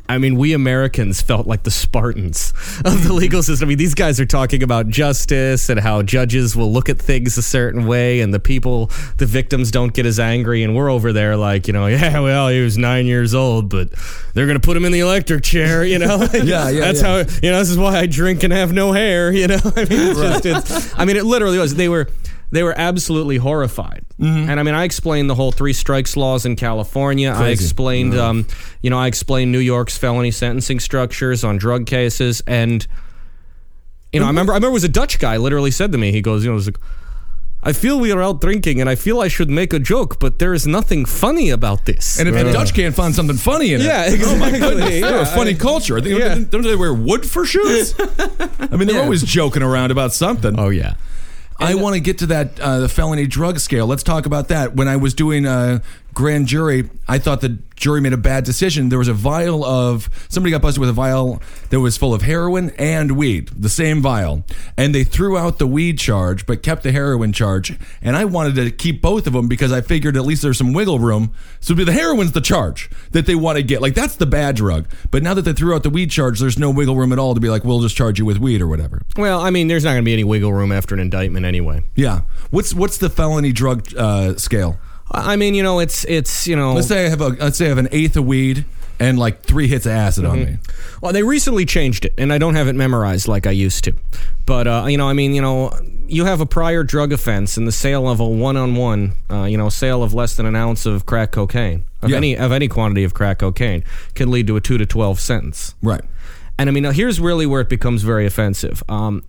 G: I mean, we Americans felt like the Spartans of the legal system. I mean, these guys are talking about justice and how judges will look at things a certain way, and the people, the victims, don't get as angry. And we're over there, like, you know, yeah, well, he was nine years old, but they're going to put him in the electric chair, you know? Like,
H: Yeah, yeah,
G: That's
H: yeah.
G: how, Oh, you know, this is why I drink and have no hair, you know? I mean, it's just, it's, I mean, it literally was. They were. They were absolutely horrified,
H: Mm-hmm.
G: and I mean, I explained the whole three strikes laws in California. I
H: Crazy.
G: explained, um, you know, I explained New York's felony sentencing structures on drug cases, and you
H: Mm-hmm.
G: know, I remember, I remember, it was a Dutch guy literally said to me, he goes, you know, it was like, I feel we are out drinking, and I feel I should make a joke, but there is nothing funny about this.
H: and if the Dutch can't find something funny in it,
G: Yeah,
H: Oh my
G: exactly.
H: goodness, they're
G: Yeah.
H: a funny culture. I think,
G: Yeah.
H: Don't they wear wood for shoes? I mean, they're always joking around about something.
I: Oh yeah.
H: I want to get to that uh, the felony drug scale. Let's talk about that. When I was doing uh, grand jury, I thought the jury made a bad decision. There was a vial of somebody got busted with a vial that was full of heroin and weed, the same vial, and they threw out the weed charge but kept the heroin charge. And I wanted to keep both of them because I figured at least there's some wiggle room. So the heroin's the charge that they want to get. Like that's the bad drug. But now that they threw out the weed charge, there's no wiggle room at all to be like, we'll just charge you with weed or whatever.
G: well, I mean, there's not going to be any wiggle room after an indictment anyway.
H: Yeah. What's what's the felony drug uh, scale?
G: I I mean, you know, it's it's you know,
H: Let's say I have a let's say I have an eighth of weed and like three hits of acid on
G: Mm-hmm.
H: me.
G: Well, they recently changed it, and I don't have it memorized like I used to. But uh, you know, I mean, you know, you have a prior drug offense and the sale of a one-on-one, uh, you know, sale of less than an ounce of crack cocaine of
H: Yeah.
G: any of any quantity of crack cocaine can lead to a two to twelve sentence.
H: Right.
G: And I mean, now here's really where it becomes very offensive. Um,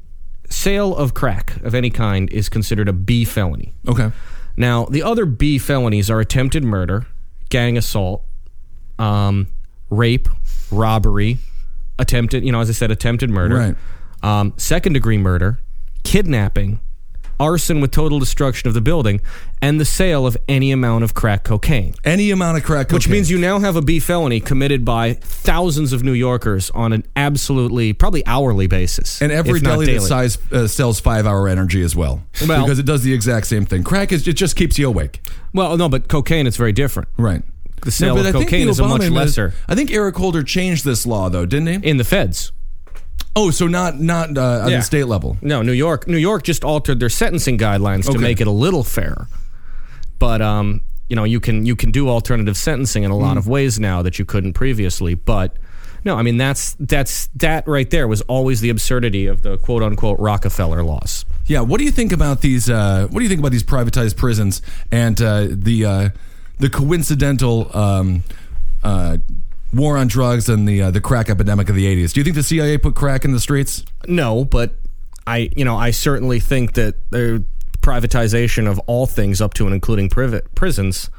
G: sale of crack of any kind is considered a B felony.
H: Okay.
G: Now, the other B felonies are attempted murder, gang assault, um, rape, robbery, attempted, you know, as I said, attempted murder,
H: Right.
G: um, second degree murder, kidnapping, arson with total destruction of the building, and the sale of any amount of crack cocaine.
H: Any amount of crack,
G: Which means you now have a B felony committed by thousands of New Yorkers on an absolutely, probably hourly basis.
H: and every
G: if not
H: deli that
G: daily.
H: size uh, sells five hour energy as well,
G: Well-
H: because it does the exact same thing. Crack is it just keeps you awake.
G: Well, no, but cocaine, it's very different.
H: Right.
G: The sale
H: but
G: of
H: I think
G: cocaine
H: the
G: is a
H: Obama
G: much
H: adminis-
G: lesser.
H: I think Eric Holder changed this law though, didn't he?
G: In the feds.
H: Oh, so not not uh, on
G: Yeah.
H: the state level.
G: No, New York. New York just altered their sentencing guidelines to
H: Okay.
G: make it a little fairer. But um, you know, you can you can do alternative sentencing in a lot of ways now that you couldn't previously. But no, I mean that's that's that right there was always the absurdity of the quote unquote Rockefeller laws.
H: Yeah, what do you think about these? Uh, what do you think about these privatized prisons and uh, the uh, the coincidental um, uh, war on drugs and the uh, the crack epidemic of the eighties? Do you think the CIA put crack in the streets?
G: No, but I you know I certainly think that the privatization of all things up to and including private prisons.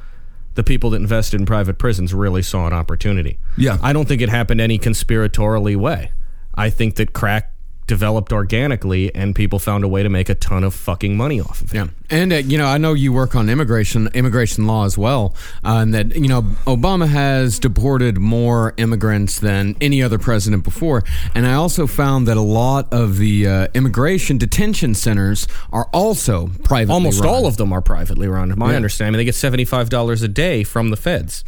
G: The people that invested in private prisons really saw an opportunity.
H: Yeah.
G: I don't think it happened any conspiratorially way. I think that crack developed organically and people found a way to make a ton of fucking money off of it.
I: Yeah, and uh, you know, I know you work on immigration immigration law as well, uh, and that you know Obama has deported more immigrants than any other president before. And I also found that a lot of the uh, immigration detention centers are also private.
G: Almost all of them are privately run, to my
I: Yeah.
G: understanding. I mean, they get $75 a day from the feds.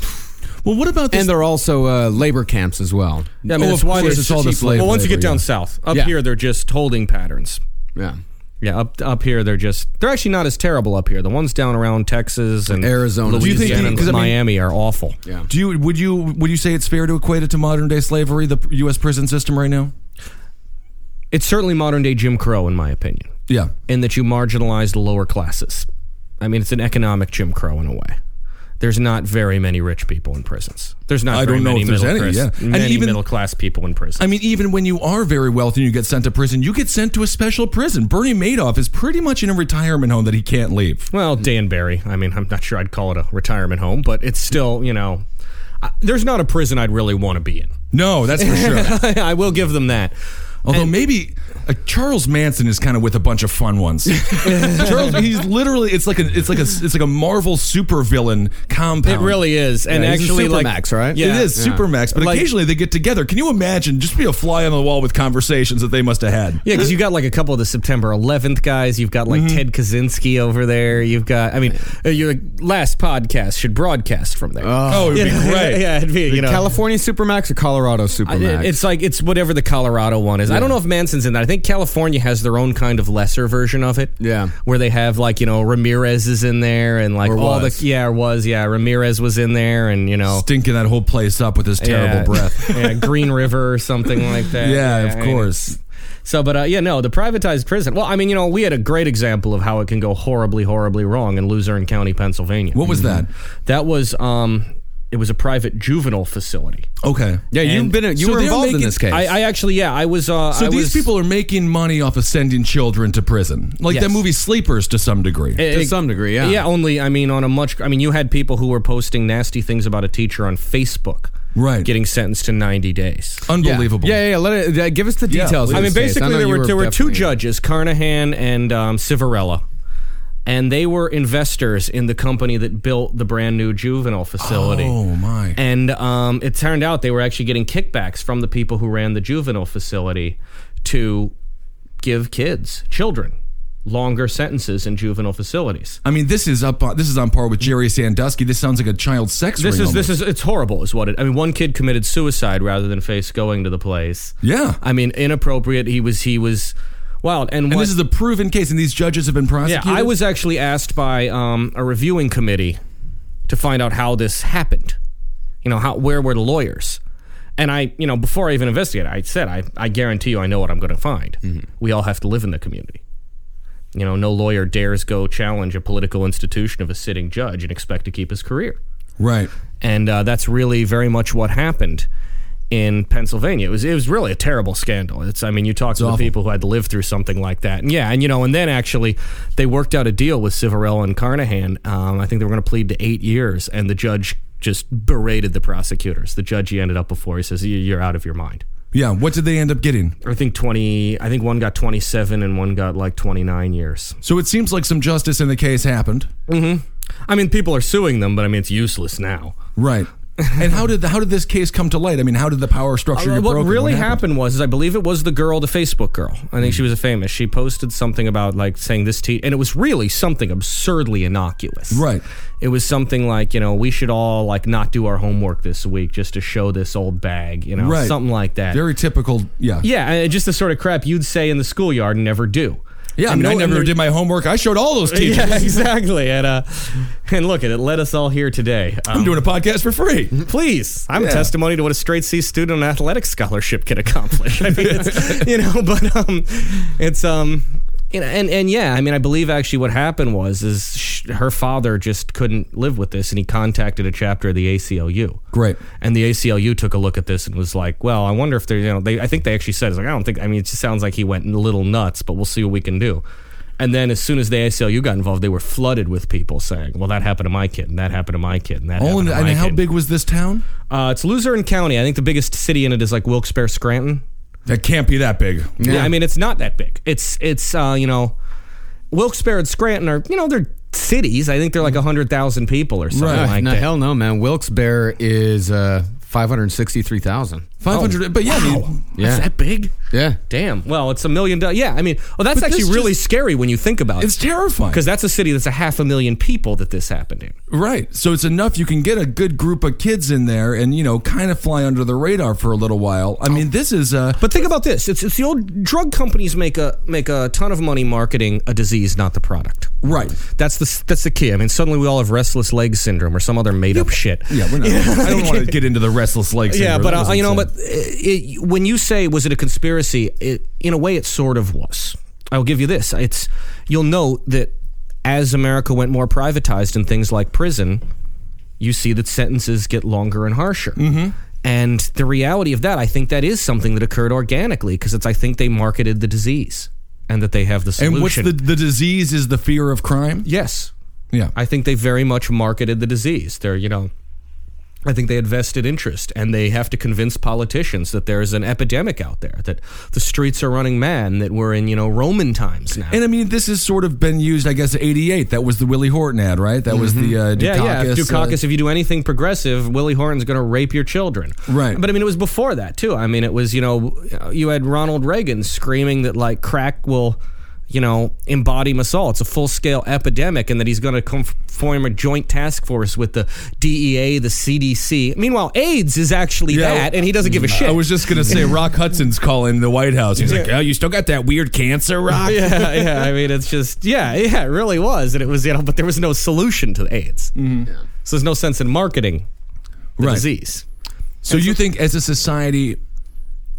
H: Well, what about this?
I: and they're also uh, labor camps as well.
G: Yeah, I mean,
H: Oh,
G: that's
H: of
G: why
H: course,
G: there's
H: it's all the slave
G: Well, once you get
H: labor,
G: down
H: yeah.
G: south, up
I: Yeah.
G: here, they're just holding patterns.
I: Yeah.
G: Yeah, up up here they're just they're actually not as terrible up here. The ones down around Texas and
I: Arizona. Do you think-
G: Louisiana,
H: because, I
G: and
H: mean-
G: Miami are awful.
I: Yeah.
H: do you would you would you say it's fair to equate it to modern day slavery, the U.S. prison system right now?
G: It's certainly modern day Jim Crow, in my opinion.
H: Yeah,
G: in that you marginalize the lower classes. I mean, it's an economic Jim Crow in a way. there's not very many rich people in prisons. There's not
H: I
G: very
H: don't know
G: many
H: if there's
G: middle
H: any,
G: class,
H: yeah. And
G: many
H: even-
G: middle class people in prison.
H: I mean, even when you are very wealthy and you get sent to prison, you get sent to a special prison. Bernie Madoff is pretty much in a retirement home that he can't leave.
G: Well, Danbury. I mean, I'm not sure I'd call it a retirement home, but it's still, you know, I, there's not a prison I'd really want to be in.
H: No, that's for sure.
G: I will give them that.
H: Although maybe uh, Charles Manson is kind of with a bunch of fun ones. Charles, he's literally it's like a it's like a it's like a Marvel supervillain compound.
G: It really is, and
I: Yeah, he's a
G: actually, like
I: Supermax, right?
G: Yeah,
H: it is
G: yeah.
H: Supermax, but
G: Like-
H: occasionally they get together. Can you imagine just be a fly on the wall with conversations that they must have had?
G: Yeah, because you got like a couple of the September 11th guys. You've got
H: Mm-hmm.
G: like Ted Kaczynski over there. You've got, I mean, uh, your last podcast should broadcast from there.
H: Oh, it'd be
G: yeah,
H: great.
G: yeah, it'd be you know.
I: California Supermax or Colorado Supermax?
G: I- It's like it's whatever the Colorado one is. I don't know if Manson's in that. I think California has their own kind of lesser version of it.
I: Yeah.
G: where they have like you know Ramirez is in there and like
I: Or
G: all
I: was.
G: the yeah or was yeah Ramirez was in there and you know
H: Stinking that whole place up with his terrible
G: yeah,
H: breath.
G: yeah, Green River or something like that.
H: Yeah, of
G: I mean,
H: course.
G: so, but uh, yeah, no, the privatized prison. Well, I mean, you know, we had a great example of how it can go horribly, horribly wrong in Luzerne County, Pennsylvania.
H: What was that?
G: That was um, it was a private juvenile facility.
H: Okay.
I: yeah, you've been you
H: So
I: were
H: they're
I: involved in
H: making-
I: this case.
G: I, I actually, yeah, I was. Uh,
H: So
G: I
H: these
G: was-
H: people are making money off of sending children to prison, like that
G: Yes. Eh,
H: movie Sleepers to some degree.
I: to some degree, yeah.
G: Yeah, only I mean, on a much. I mean, you had people who were posting nasty things about a teacher on Facebook,
H: Right.
G: Getting sentenced to ninety days.
H: Unbelievable.
I: Yeah, yeah. yeah, Let it, uh, give us the
H: Yeah,
I: details.
H: please.
I: of
G: I mean,
I: this case.
G: basically,
I: know
G: there
I: you
G: were there were two
I: definitely-
G: judges, Carnahan and um, Civarella, and they were investors in the company that built the brand new juvenile facility.
H: Oh my.
G: And um, it turned out they were actually getting kickbacks from the people who ran the juvenile facility to give kids, children, longer sentences in juvenile facilities.
H: I mean, this is up. On, this is on par with Jerry Sandusky. This sounds like a child sex.
G: This
H: ring
G: is this
H: almost.
G: is it's horrible, is what it. I mean, one kid committed suicide rather than face going to the place.
H: Yeah.
G: I mean, inappropriate. He was he was wild. And,
H: and
G: what,
H: this is a proven case, and these judges have been
G: Yeah,
H: prosecuted.
G: I was actually asked by um, a reviewing committee to find out how this happened. You know, how where were the lawyers? And I, you know, before I even investigated, I said, I, I guarantee you I know what I'm going to find. We all have to live in the community. You know, no lawyer dares go challenge a political institution of a sitting judge and expect to keep his career.
H: right.
G: And uh, that's really very much what happened in Pennsylvania. It was it was really a terrible scandal. It's I mean, you talk to the people who had to live through something like that. And yeah, and you know, and then actually they worked out a deal with Civarello and Carnahan. Um, I think they were going to plead to eight years, and the judge just berated the prosecutors. The judge he ended up before he says, "You- "You're out of your mind."
H: Yeah. What did they end up getting?
G: I think twenty. I think one got twenty seven and one got like twenty nine years.
H: So it seems like some justice in the case happened.
G: I mean, people are suing them, but I mean, it's useless now.
H: Right. and how did the, how did this case come to light? I mean, how did the power structure
G: Uh,
H: get
G: what
H: broken?
G: really happened? was is I believe it was the girl, the Facebook girl. I think she was a famous. She posted something about like saying this tea, and it was really something absurdly innocuous.
H: Right.
G: It was something like you know we should all like not do our homework this week just to show this old bag, you know,
H: Right.
G: something like that.
H: Very typical. Yeah.
G: yeah, and just the sort of crap you'd say in the schoolyard and never do.
H: Yeah. I mean, I never did my homework. I showed all those teachers.
G: Yeah, exactly. And uh, and look at it led us all here today.
H: I'm
G: Um,
H: doing a podcast for free.
G: Please, I'm
H: Yeah.
G: testimony to what a straight C student on athletic scholarship can accomplish. I mean, it's, you know, but um, it's um, you know, and and yeah, I mean, I believe actually what happened was is sh- her father just couldn't live with this, and he contacted a chapter of the ACLU.
H: Great.
G: And the ACLU took a look at this and was like, "Well, I wonder if they're you know they I think they actually said it's like I don't think I mean it just sounds like he went a little nuts, but we'll see what we can do." And then as soon as the ACLU got involved, they were flooded with people saying, "Well, that happened to my kid, and that happened to my kid, and that
H: Oh,
G: happened
H: and,
G: to my
H: and how
G: kid."
H: big was this town?
G: Uh, it's Luzerne County. I think the biggest city in it is like Wilkes-Barre, Scranton.
H: That can't be that big.
G: Yeah. Oh. I mean, it's not that big. It's it's uh, you know, Wilkes-Barre and Scranton are you know they're cities. I think they're like hundred thousand people or something
H: Right.
G: like
I: no,
G: that.
I: hell no, man. Wilkes-Barre is uh, five hundred sixty-three thousand.
H: Five hundred. but yeah, I mean,
I: Yeah,
G: Is that big?
I: yeah.
G: Damn. Well, it's a million dollars. Yeah. I mean, well, that's
H: But this
G: actually really
H: just-
G: scary when you think about
H: it's
G: it.
H: terrifying.
G: Because that's a city that's a half a million people that this happened in.
H: Right. So it's enough you can get a good group of kids in there and, you know, kind of fly under the radar for a little while. I mean, this is uh
G: But think about this: it's, it's the old drug companies make a make a ton of money marketing a disease, not the product.
H: right.
G: That's the that's the key. I mean, suddenly we all have restless leg syndrome or some other made up shit.
H: Yeah, we're not I don't want to get into the restless legs.
G: Yeah, but uh, you know, but it, it, when you say was it a conspiracy, it, in a way, it sort of was. I'll give you this: it's you'll know that as America went more privatized in things like prison, you see that sentences get longer and harsher. Mm-hmm. And the reality of that, I think that is something that occurred organically because it's I think they marketed the disease and that they have the solution.
H: And what's the the disease is the fear of crime?
G: Yes.
H: Yeah.
G: I think they very much marketed the disease. They're, you know, I think they had vested interest and they have to convince politicians that there is an epidemic out there, that the streets are running mad, and that we're in, you know, Roman times now.
H: And I mean, this has sort of been used, I guess, at 88. That was the Willie Horton ad, right? That was the uh, Dukakis.
G: yeah, yeah. If Dukakis,
H: uh,
G: if you do anything progressive, Willie Horton's going to rape your children.
H: Right.
G: But I mean, it was before that too. I mean, it was you know, you had Ronald Reagan screaming that like crack will, you know, embody us all. It's a full scale epidemic, and that he's going to form a joint task force with the DEA, the CDC. Meanwhile, AIDS is actually
H: Yeah. mm,
G: that, and he doesn't give a shit.
H: I was just gonna say, Rock Hudson's calling the White House. He's like, "Oh, you still got that weird cancer, Rock?"
G: yeah, yeah. I mean, it's just yeah, yeah. It really was, and it was you know, but there was no solution to AIDS. So there's no sense in marketing the
H: Mm-hmm. Right.
G: disease.
H: So you think, as a society,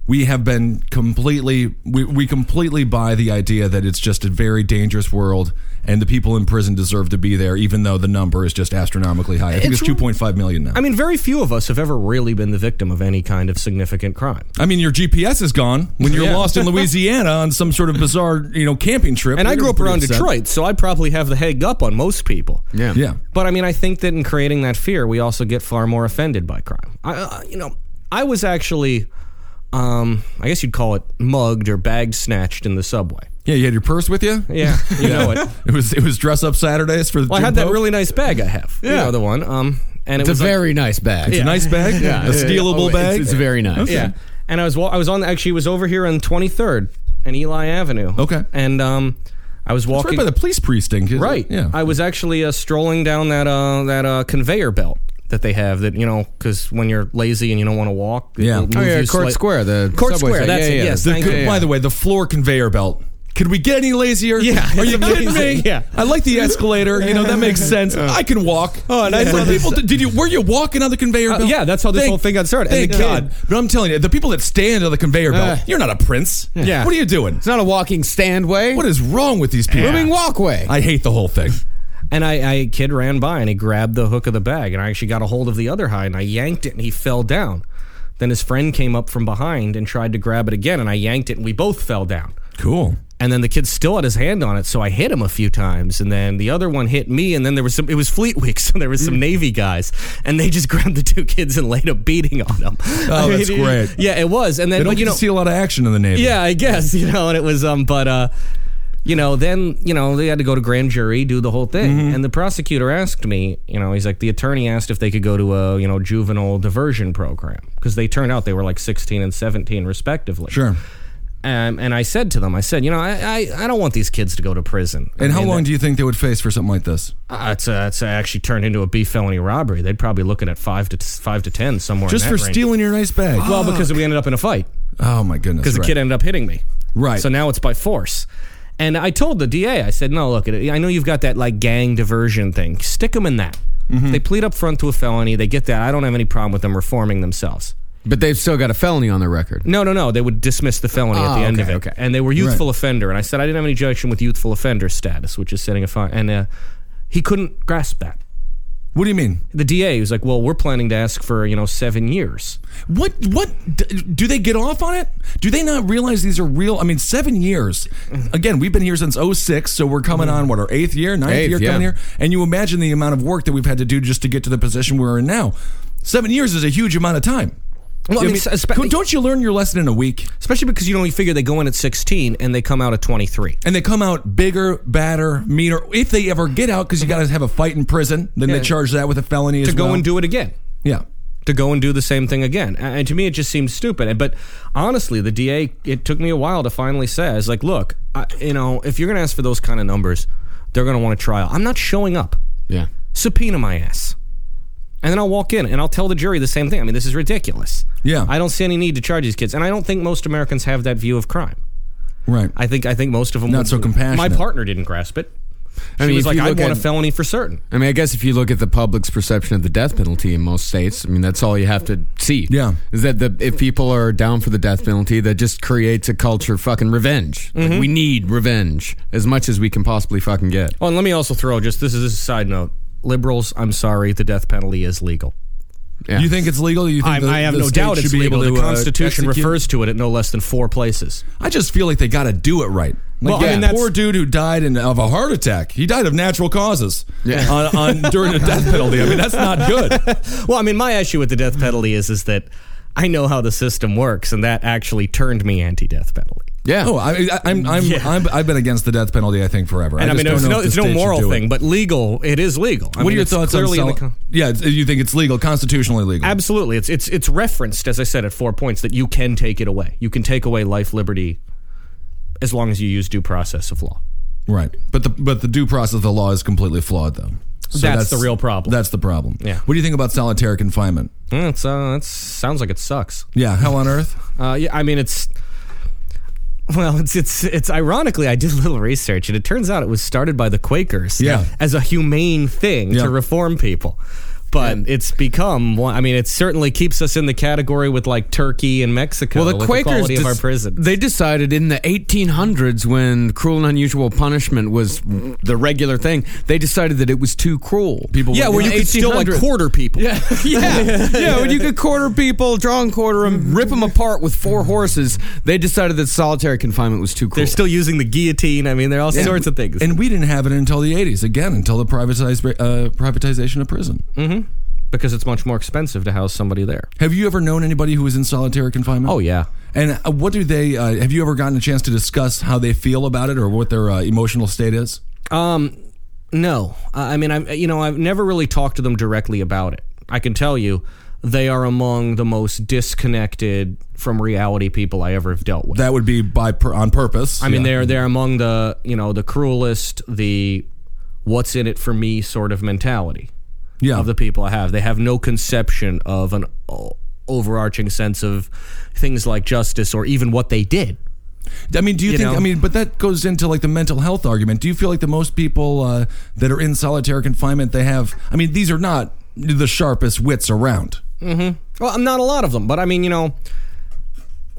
H: we have been completely we, we completely buy the idea that it's just a very dangerous world, and the people in prison deserve to be there, even though the number is just astronomically high. I think it's,
G: It's-
H: two point five million now.
G: I mean, very few of us have ever really been the victim of any kind of significant crime.
H: I mean, your GPS is gone when you're
G: Yeah.
H: lost in Louisiana on some sort of bizarre, you know, camping trip.
G: And I
H: You're
G: grew up
H: pretty
G: around
H: upset.
G: Detroit, so I probably have the hang up on most people.
I: Yeah.
H: Yeah.
G: But I mean, I think that in creating that fear, we also get far more offended by crime. I, uh, you know, I was actually, um, I guess you'd call it mugged or bag snatched in the subway.
H: Yeah, you had your purse with you.
G: Yeah, you know it.
H: It was it was dress up Saturdays for.
G: Well, I had that really nice bag I have. Yeah, you know, the one. Um, and
I: It's
G: it
I: a
G: was like-
I: very nice bag.
H: It's a nice bag.
I: Yeah,
H: a stealable
I: yeah, yeah. Oh,
H: bag.
I: It's, it's very nice.
G: Yeah. And I was wa- I was on actually it was over here on 23rd and Eli Avenue.
H: Okay.
G: And um I was
H: It's
G: walking
H: right by the police precinct. isn't it?
G: Right.
H: Yeah.
G: I was actually uh, strolling down that uh that uh conveyor belt that they have that you know cuz when you're lazy and you don't want to walk it
H: Yeah.
G: will
H: Oh,
I: Oh
G: move
I: yeah,
G: you
I: Court
G: slight-
I: Square, the
G: Court
I: subway
G: Square,
I: site.
G: that's
I: yeah,
G: it,
I: yeah.
G: yes,
H: The-
G: thank
H: could-
G: you.
H: By the way, the floor conveyor belt. Could we get any lazier?
G: Yeah,
H: Are you
G: it's
H: kidding
G: amazing,
H: me?
G: yeah.
H: I like the escalator. You know that makes sense. I can walk. Oh, and
G: I saw this-
H: people. Did you? Were you walking on the conveyor
G: Uh,
H: belt?
G: yeah, that's how this whole thing got started. And
H: Thank
G: the
H: God.
G: kid- Uh.
H: But I'm telling you, the people that stand on the conveyor belt, you're not a prince.
G: Yeah.
H: What are you doing?
I: It's not a walking standway.
H: What is wrong with these people?
I: moving walkway?
H: I hate the whole thing.
G: And I, I kid ran by and he grabbed the hook of the bag and I actually got a hold of the other high and I yanked it and he fell down. Then his friend came up from behind and tried to grab it again and I yanked it and we both fell down.
H: Cool.
G: And then the kid still had his hand on it, so I hit him a few times. And then the other one hit me. And then there was some. It was Fleet Week, so there was some
H: Mm.
G: Navy guys, and they just grabbed the two kids and laid a beating on them. Oh,
H: that's great.
G: Yeah, it was. And then
H: They don't
G: but, you
H: get
G: know,
H: to see a lot of action in the Navy.
G: yeah, I guess you know. And it was um, but uh, you know, then you know they had to go to grand jury, do the whole thing.
H: Mm-hmm.
G: And the prosecutor asked me, you know, he's like the attorney asked if they could go to a you know juvenile diversion program because they turned out they were like sixteen and seventeen respectively.
H: Sure.
G: Um, and I said to them, I said, you know, I, I, I don't want these kids to go to prison.
H: And how long do you think they would face for something like this?
G: Uh, it's, uh, it's actually turned into a B felony robbery. They'd probably looking at five to five to ten somewhere. in
H: Just
G: that
H: for
G: range.
H: stealing your nice bag.
G: Well, because we ended up in a fight
H: oh my goodness.
G: because the
H: right.
G: kid ended up hitting me.
H: Right.
G: So now it's by force. And I told the DA, I said, no, look, I know you've got that like gang diversion thing. Stick them in that.
H: Mm-hmm.
G: If They plead up front to a felony. They get that. I don't have any problem with them reforming themselves.
I: But they've still got a felony on their record.
G: No, no, no. They would dismiss the felony at
I: Ah,
G: the end
I: okay,
G: of it.
I: okay.
G: And they were youthful offender. And I said I didn't have any objection with youthful offender status, which is setting a fine. And uh, he couldn't grasp that.
H: What do you mean?
G: The DA was like, "Well, we're planning to ask for you know seven years."
H: What? What? d- Do they get off on it? Do they not realize these are real? I mean, seven years. Again, we've been here since 06, so we're coming on what our eighth year, ninth
I: Eighth,
H: year coming
I: yeah.
H: here. And you imagine the amount of work that we've had to do just to get to the position we're in now. Seven years is a huge amount of time.
G: Well, I
H: I
G: mean,
H: mean,
G: s-
H: co- don't you learn your lesson in a week?
G: Especially because you know you figure they go in at sixteen and they come out at twenty three.
H: And they come out bigger, badder, meaner. If they ever get out, because you got to have a fight in prison, then they charge that with a felony
G: To go and do it again.
H: yeah.
G: To go and do the same thing again. A- And to me, it just seems stupid. And- But honestly, the DA, it took me a while to finally say, I was like, look, I, you know, if you're going to ask for those kind of numbers, they're going to want a trial. I'm not showing up.
I: Yeah.
G: subpoena my ass. And then I'll walk in and I'll tell the jury the same thing. I mean, this is ridiculous.
H: Yeah.
G: I don't see any need to charge these kids. And I don't think most Americans have that view of crime.
H: Right.
G: I think I think most of them
H: Not
G: would-
H: so compassionate.
G: My partner didn't grasp it.
I: I
G: She
I: mean,
G: was
I: if
G: like,
I: you
G: I
I: look
G: want a
I: at-
G: felony for certain.
I: I mean, I guess if you look at the public's perception of the death penalty in most states, I mean, that's all you have to see.
H: Yeah.
I: Is that the if people are down for the death penalty, that just creates a culture of fucking revenge. Like, we need revenge as much as we can possibly fucking get.
G: Oh, and let me also throw just this is, this is a side note. liberals, I'm sorry, the death penalty is legal.
H: You think it's legal? You think
G: I,
H: the-
G: I have
H: the
G: no
H: state
G: doubt
H: should
G: it's
H: be
G: legal.
H: able
G: the
H: to, uh,
G: Constitution
H: execute?
G: refers to it at no less than four places.
H: I just feel like they got to do it right. Like
G: Well, I
H: that
G: mean, that's-
H: poor dude who died in, of a heart attack. He died of natural causes
I: Yeah.
H: on, on, during a death penalty. I mean, that's not good.
G: well, I mean, my issue with the death penalty is is that I know how the system works, and that actually turned me anti-death penalty.
I: Yeah.
H: No, I, I, I'm, I'm,
G: Yeah.
H: I'm, I've been against the death penalty. I think forever.
G: And I,
H: just
G: mean,
H: don't
G: it's
H: know
G: no,
H: if the
G: it's no
H: state should
G: moral
H: do it.
G: thing, but legal, it is legal. I
H: what
G: mean,
H: are your
G: it's
H: thoughts on
G: clearly in the
H: selling-
G: con-
H: Yeah, it's- you think it's legal, constitutionally legal?
G: Absolutely, it's it's it's referenced as I said at four points that you can take it away. You can take away life, liberty, as long as you use due process of law.
H: Right, but the but the due process of the law is completely flawed, though. So
G: That's the real problem.
H: That's the problem.
G: Yeah.
H: What do you think about solitary confinement?
G: Mm, it's, uh, it sounds like it sucks.
H: Yeah. Hell on earth.
G: Uh, yeah, I mean it's. Well, it's it's it's ironically I did a little research and it turns out it was started by the Quakers
H: Yeah.
G: as a humane thing
H: Yeah.
G: to reform people. But it's become one I mean it certainly keeps us in the category with like Turkey and Mexico
I: Well, the
G: with
I: Quakers
G: quality of our
I: dis-
G: prisons.
I: They decided in the 1800s, when cruel and unusual punishment was the regular thing, they decided that it was too cruel. People,
G: Yeah,
I: were-
G: where
I: in
G: you could still, like,
I: 1800s.
G: quarter people.
I: Yeah, yeah, yeah. When you could quarter people, draw and quarter them, rip them apart with four horses, they decided that solitary confinement was too cruel.
G: They're still using the guillotine. I mean, there are all sorts of things.
H: And we didn't have it until the '80s. Again, until the privatized, uh, privatization of prison.
G: because it's much more expensive to house somebody there.
H: Have you ever known anybody who was in solitary confinement?
G: Oh yeah.
H: And uh, what do they? Uh, have you ever gotten a chance to discuss how they feel about it or what their uh, emotional state is?
G: Um, no, I I mean, I you know, I've never really talked to them directly about it. I can tell you, they are among the most disconnected from reality people I ever have dealt with.
H: That would be by pur- on purpose.
G: I mean, they're they're among the you know the cruelest, the what's in it for me sort of mentality
H: yeah.
G: of the people I have. They have no conception of an o- overarching sense of things like justice or even what they did.
H: I mean, do you,
G: you
H: think?
G: know?
H: I mean, but that goes into like the mental health argument. Do you feel like the most people uh, that are in solitary confinement, they have? I mean, these are not the sharpest wits around.
G: Well, not a lot of them, but I mean, you know,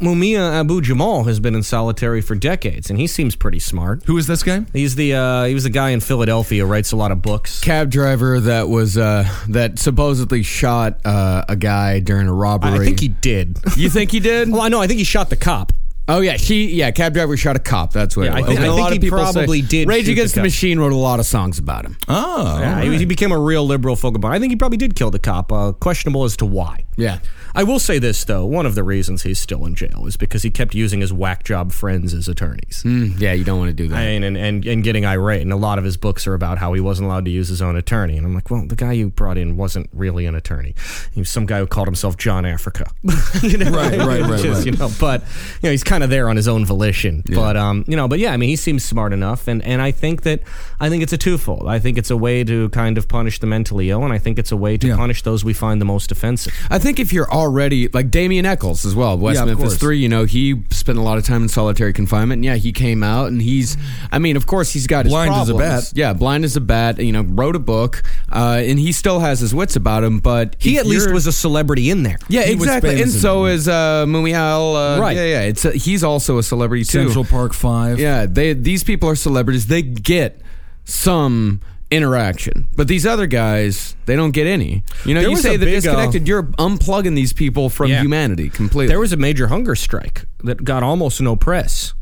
G: Mumia Abu Jamal has been in solitary for decades, and he seems pretty smart.
H: Who is this guy?
G: He's the uh, he was the guy in Philadelphia who writes a lot of books.
I: cab driver that was uh, that supposedly shot uh, a guy during a robbery.
G: I think he did.
I: You think he did?
G: well, I know. I think he shot the cop.
I: Oh yeah, he yeah, cab driver shot a cop. That's what.
G: Yeah,
I: it
G: I
I: was.
G: think-
I: And
G: I
I: a
G: think
I: lot
G: he
I: of people
G: probably
I: say-
G: did shoot
I: Rage
G: the
I: Against the,
G: cop.
I: Machine wrote a lot of songs about him.
H: Oh,
G: Yeah, he, he became a real liberal folk about. I think he probably did kill the cop. Uh, questionable as to why.
I: Yeah.
G: I will say this though: one of the reasons he's still in jail is because he kept using his whack job friends as attorneys.
I: mm, Yeah, you don't want to do that.
G: and, and and and getting irate. And a lot of his books are about how he wasn't allowed to use his own attorney. And I'm like, well, the guy you brought in wasn't really an attorney. He was some guy who called himself John Africa. you know?
H: Right, right, right,
G: Just,
H: right.
G: You know, but you know, he's kind of there on his own volition. But um, you know, but yeah, I mean, he seems smart enough, and and I think that I think it's a twofold. I think it's a way to kind of punish the mentally ill, and I think it's a way to
H: Yeah.
G: punish those we find the most offensive.
I: I think if you're already like Damian Eccles as well, West
H: Yeah, of
I: Memphis
H: course.
I: Three, you know, he spent a lot of time in solitary confinement. And yeah, he came out and he's, I mean, of course he's got his
H: Blind as a
I: problems.
H: bat.
I: Yeah, blind as a bat. You know, wrote a book, uh, and he still has his wits about him. But
G: He
I: if
G: at least
I: you're-
G: was a celebrity in there.
I: Yeah,
H: he was
I: exactly. And
H: famous in-
I: so is uh, Mumial. Uh,
G: Right.
I: Yeah, yeah. It's he's also a celebrity too.
H: Central Park Five.
I: Yeah, they these people are celebrities. They get some interaction, but these other guys, they don't get any. You know,
G: There
I: you
G: was
I: say
G: a
I: they're
G: big, uh,
I: disconnected. you're unplugging these people from
G: Yeah.
I: humanity completely.
G: There was a major hunger strike that got almost no press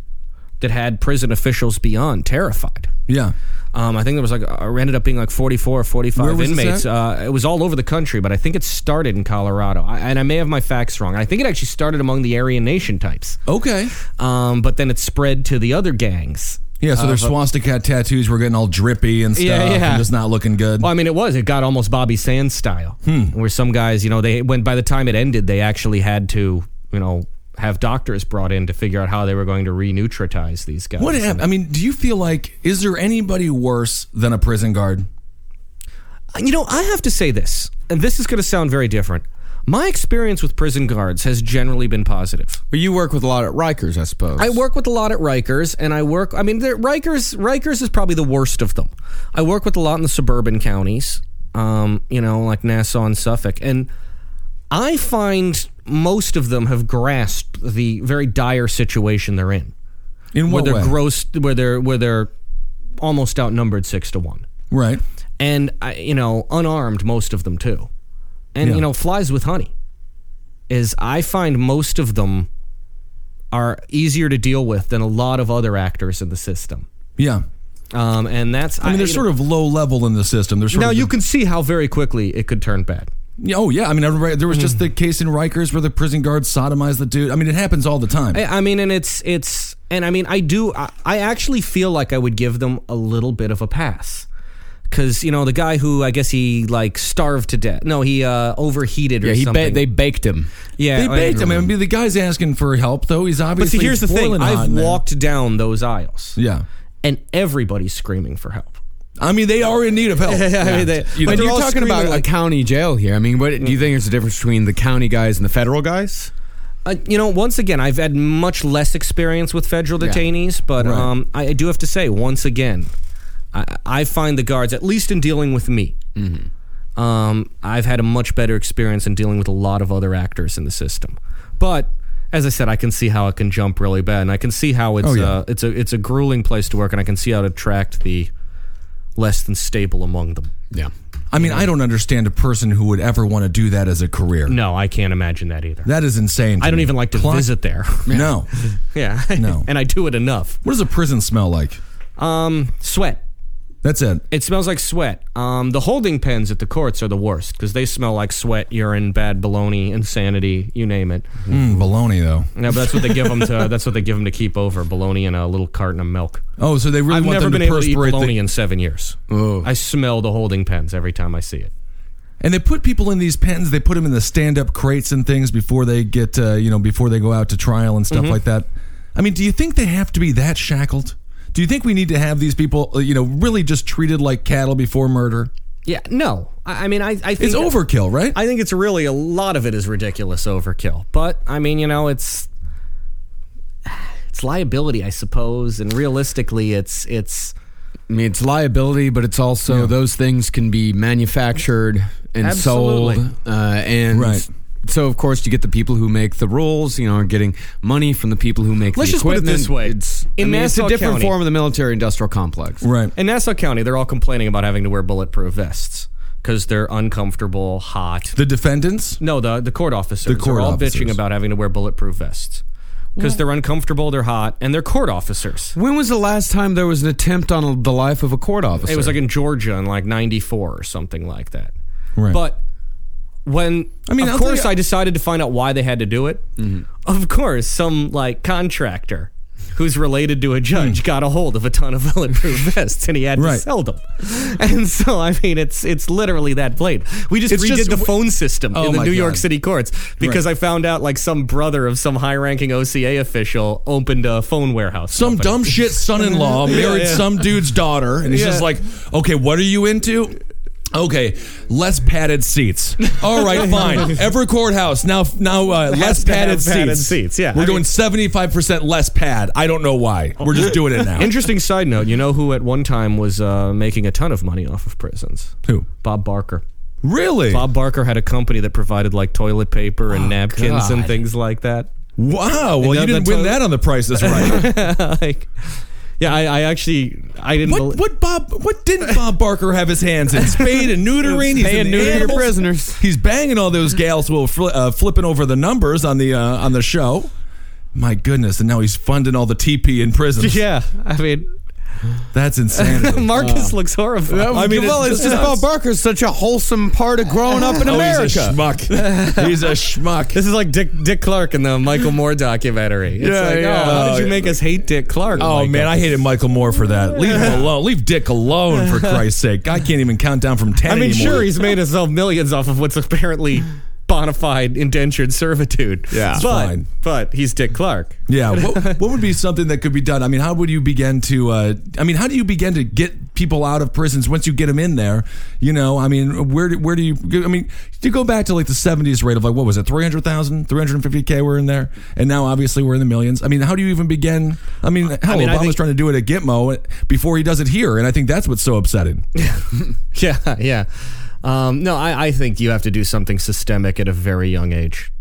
G: that had prison officials beyond terrified.
H: yeah.
G: Um, I think there was like uh, ended up being like 44 or 45
H: Where was this
G: inmates.
H: at?
G: Uh, it was all over the country, but I think it started in Colorado. I, and I may have my facts wrong. I think it actually started among the Aryan Nation types,
H: Okay.
G: um, but then it spread to the other gangs.
H: Yeah. So their swastika tattoos were getting all drippy and stuff,
G: Uh, Yeah, yeah.
H: and just not looking good.
G: Well, I mean, it was. It got almost Bobby Sands style,
H: Hmm.
G: where some guys, you know, they when by the time it ended, they actually had to, you know, have doctors brought in to figure out how they were going to renutritize these guys.
H: what happened? I mean, do you feel like is there anybody worse than a prison guard?
G: You know, I have to say this, and this is going to sound very different. My experience with prison guards has generally been positive.
I: but you work with a lot at Rikers, I suppose.
G: I work with a lot at Rikers, and I work. I mean, there- Rikers. Rikers is probably the worst of them. I work with a lot in the suburban counties, um, you know, like Nassau and Suffolk, and I find most of them have grasped the very dire situation they're in,
H: In
G: where
H: what
G: they're
H: way?
G: gross, where they're where they're almost outnumbered six to one.
H: right.
G: and I, you know, unarmed most of them too. And
H: Yeah.
G: you know, flies with honey is I find most of them are easier to deal with than a lot of other actors in the system.
H: Yeah.
G: Um, and that's
H: I mean, they're
G: you
H: sort
G: know-
H: of low level in the system. They're sort
G: now
H: of
G: you can see how very quickly it could turn bad.
H: Yeah, Oh yeah, I mean, everybody, there was just
G: Hmm.
H: the case in Rikers where the prison guard sodomized the dude. I mean, it happens all the time.
G: I, I mean, and it's it's and I mean, I do. I, I actually feel like I would give them a little bit of a pass. Cause you know the guy who I guess he like starved to death. No, he uh, overheated or
I: Yeah, he ba-
G: something.
I: they baked him.
G: yeah,
H: they
G: I-
H: baked him. I mean, the guy's asking for help though. He's
G: But see,
H: obviously
G: here's the thing:
H: boiling hot
G: I've
H: in there.
G: walked down those aisles,
H: Yeah,
G: and everybody's screaming for help.
H: I mean, they are in need of help.
G: I mean, they-
H: You
I: But
H: know,
I: you're talking about a county jail here. I mean, what do you think is the difference between the county guys and the federal guys?
G: Uh, you know, once again, I've had much less experience with federal detainees, but
H: Right.
G: um, I, I do have to say, once again, I, I find the guards, at least in dealing with me,
H: Mm-hmm.
G: um, I've had a much better experience in dealing with a lot of other actors in the system. But as I said, I can see how it can jump really bad, and I can see how it's
H: Oh, yeah.
G: uh, it's a it's a grueling place to work, and I can see how to attract the less than stable among them.
I: Yeah.
H: I mean, I don't understand a person who would ever want to do that as a career.
G: No, I can't imagine that either.
H: That is insane. to
G: I don't
H: me.
G: even like to
H: Clock-
G: visit there.
H: No.
G: yeah,
H: No.
G: and I do it enough.
H: What does a prison smell like?
G: Um, sweat.
H: That's it.
G: It smells like sweat. Um, the holding pens at the courts are the worst because they smell like sweat, urine, bad baloney, insanity, you name it.
H: Mm, baloney though.
G: No, but that's what they give them to. That's what they give 'em to keep over baloney and a little carton of milk.
H: Oh, so they really
G: I've
H: want
G: never
H: them
G: been
H: to
G: able to eat
H: perspirate.
G: bologna
H: the-
G: in seven years.
I: Oh.
G: I smell the holding pens every time I see it.
H: And they put people in these pens. They put them in the stand-up crates and things before they get, uh, you know, before they go out to trial and
I: Mm-hmm.
H: stuff like that. I mean, do you think they have to be that shackled? Do you think we need to have these people, uh, you know, really just treated like cattle before murder?
G: Yeah, no. I, I mean, I, I think
H: It's overkill, right?
G: I think it's really a lot of it is ridiculous overkill. But I mean, you know, it's it's liability, I suppose, and realistically, it's it's.
I: I mean, it's liability, but it's also those things can be manufactured and sold.
G: Absolutely.
I: Uh, and
H: Right.
I: so, of course, you get the people who make the rules, you know, are getting money from the people who make
G: Let's
I: the
G: just put it
I: equipment.
G: this way.
I: It's,
G: In
I: I mean, it's a
G: Nassau
I: different
G: County-
I: form of the military industrial complex.
H: right.
G: In Nassau County, they're all complaining about having to wear bulletproof vests because they're uncomfortable, hot.
H: the defendants.
G: No, the the court officers
H: The court
G: are all
H: officers.
G: bitching about having to wear bulletproof vests because they're uncomfortable, they're hot, and they're court officers.
I: When was the last time there was an attempt on the life of a court officer?
G: It was like in Georgia in like '94 or something like that.
H: Right.
G: But when I
H: mean,
G: mean, of
H: I'll tell
G: course,
H: you- Mm-hmm.
G: I decided to find out why they had to do it. Of course, some like contractor who's related to a judge got a hold of a ton of bulletproof vests and he had
H: Mm. Right.
G: to sell them. And so, I mean, it's it's literally that plain. We just
H: It's
G: redid
H: just-
G: the phone system
H: Oh
G: in the
H: my
G: New York
H: God.
G: City courts because I found out like some brother of some high-ranking OCA official opened a phone warehouse.
H: some
G: company.
H: dumb shit son-in-law married some dude's daughter and he's just
G: Yeah.
H: like okay what are you into okay less padded seats all right fine every courthouse now now uh, less
G: to
H: padded
G: have
H: seats.
G: padded seats, yeah.
H: we're
G: I
H: doing
G: mean-
H: 75% less pad i don't know why we're just doing it now
G: Interesting side note, you know who at one time was uh, making a ton of money off of prisons?
H: Who?
G: Bob Barker.
H: really
G: Bob Barker had a company that provided like toilet paper and napkins and
I: God.
G: things like that.
H: wow well
G: that-
H: you didn't
G: that's
H: win
G: how-
H: that on the price is right
G: like, yeah, I, I actually I didn't.
H: what,
G: believe-
H: what bob what didn't bob barker have his hands in spade and neutering he's
I: Pay
H: in
I: and neuter your
H: animals.
I: prisoners.
H: He's banging all those gals while fli uh, flipping over the numbers on the uh, on the show. My goodness! And now he's funding all the TP in prisons.
G: Yeah, I mean,
H: that's insanity. Oh.
G: Marcus looks horrified.
H: I mean,
I: well, it's just Bob Barker's such a wholesome part of growing up in
H: Oh,
I: America.
H: he's a schmuck. he's a schmuck.
G: This is like Dick Dick Clark in the Michael Moore documentary. It's
H: Yeah,
G: like, oh,
H: yeah.
G: how did
H: Oh,
G: you make us hate Dick Clark?
H: Oh
G: Michael?
H: man, I hated Michael Moore for that. Leave him alone. Leave Dick alone for Christ's sake. I can't even count down from ten.
G: I mean,
H: anymore.
G: sure, he's made himself millions off of what's apparently bona fide indentured servitude.
H: Yeah, it's
G: but
H: fine.
G: but he's Dick Clark.
H: Yeah. What, what would be something that could be done? I mean, how would you begin to? Uh, I mean, how do you begin to get people out of prisons once you get them in there? You know, I mean, where do, where do you? I mean, you go back to like the '70s rate of like what was it, 300,000, 350k were in there, and now obviously we're in the millions. I mean, how do you even begin? I mean, hell,
G: mean, I
H: Obama's
G: think-
H: trying to do it at Gitmo before he does it here, and I think that's what's so upsetting.
G: Yeah, yeah. Um, no, I, I think you have to do something systemic at a very young age.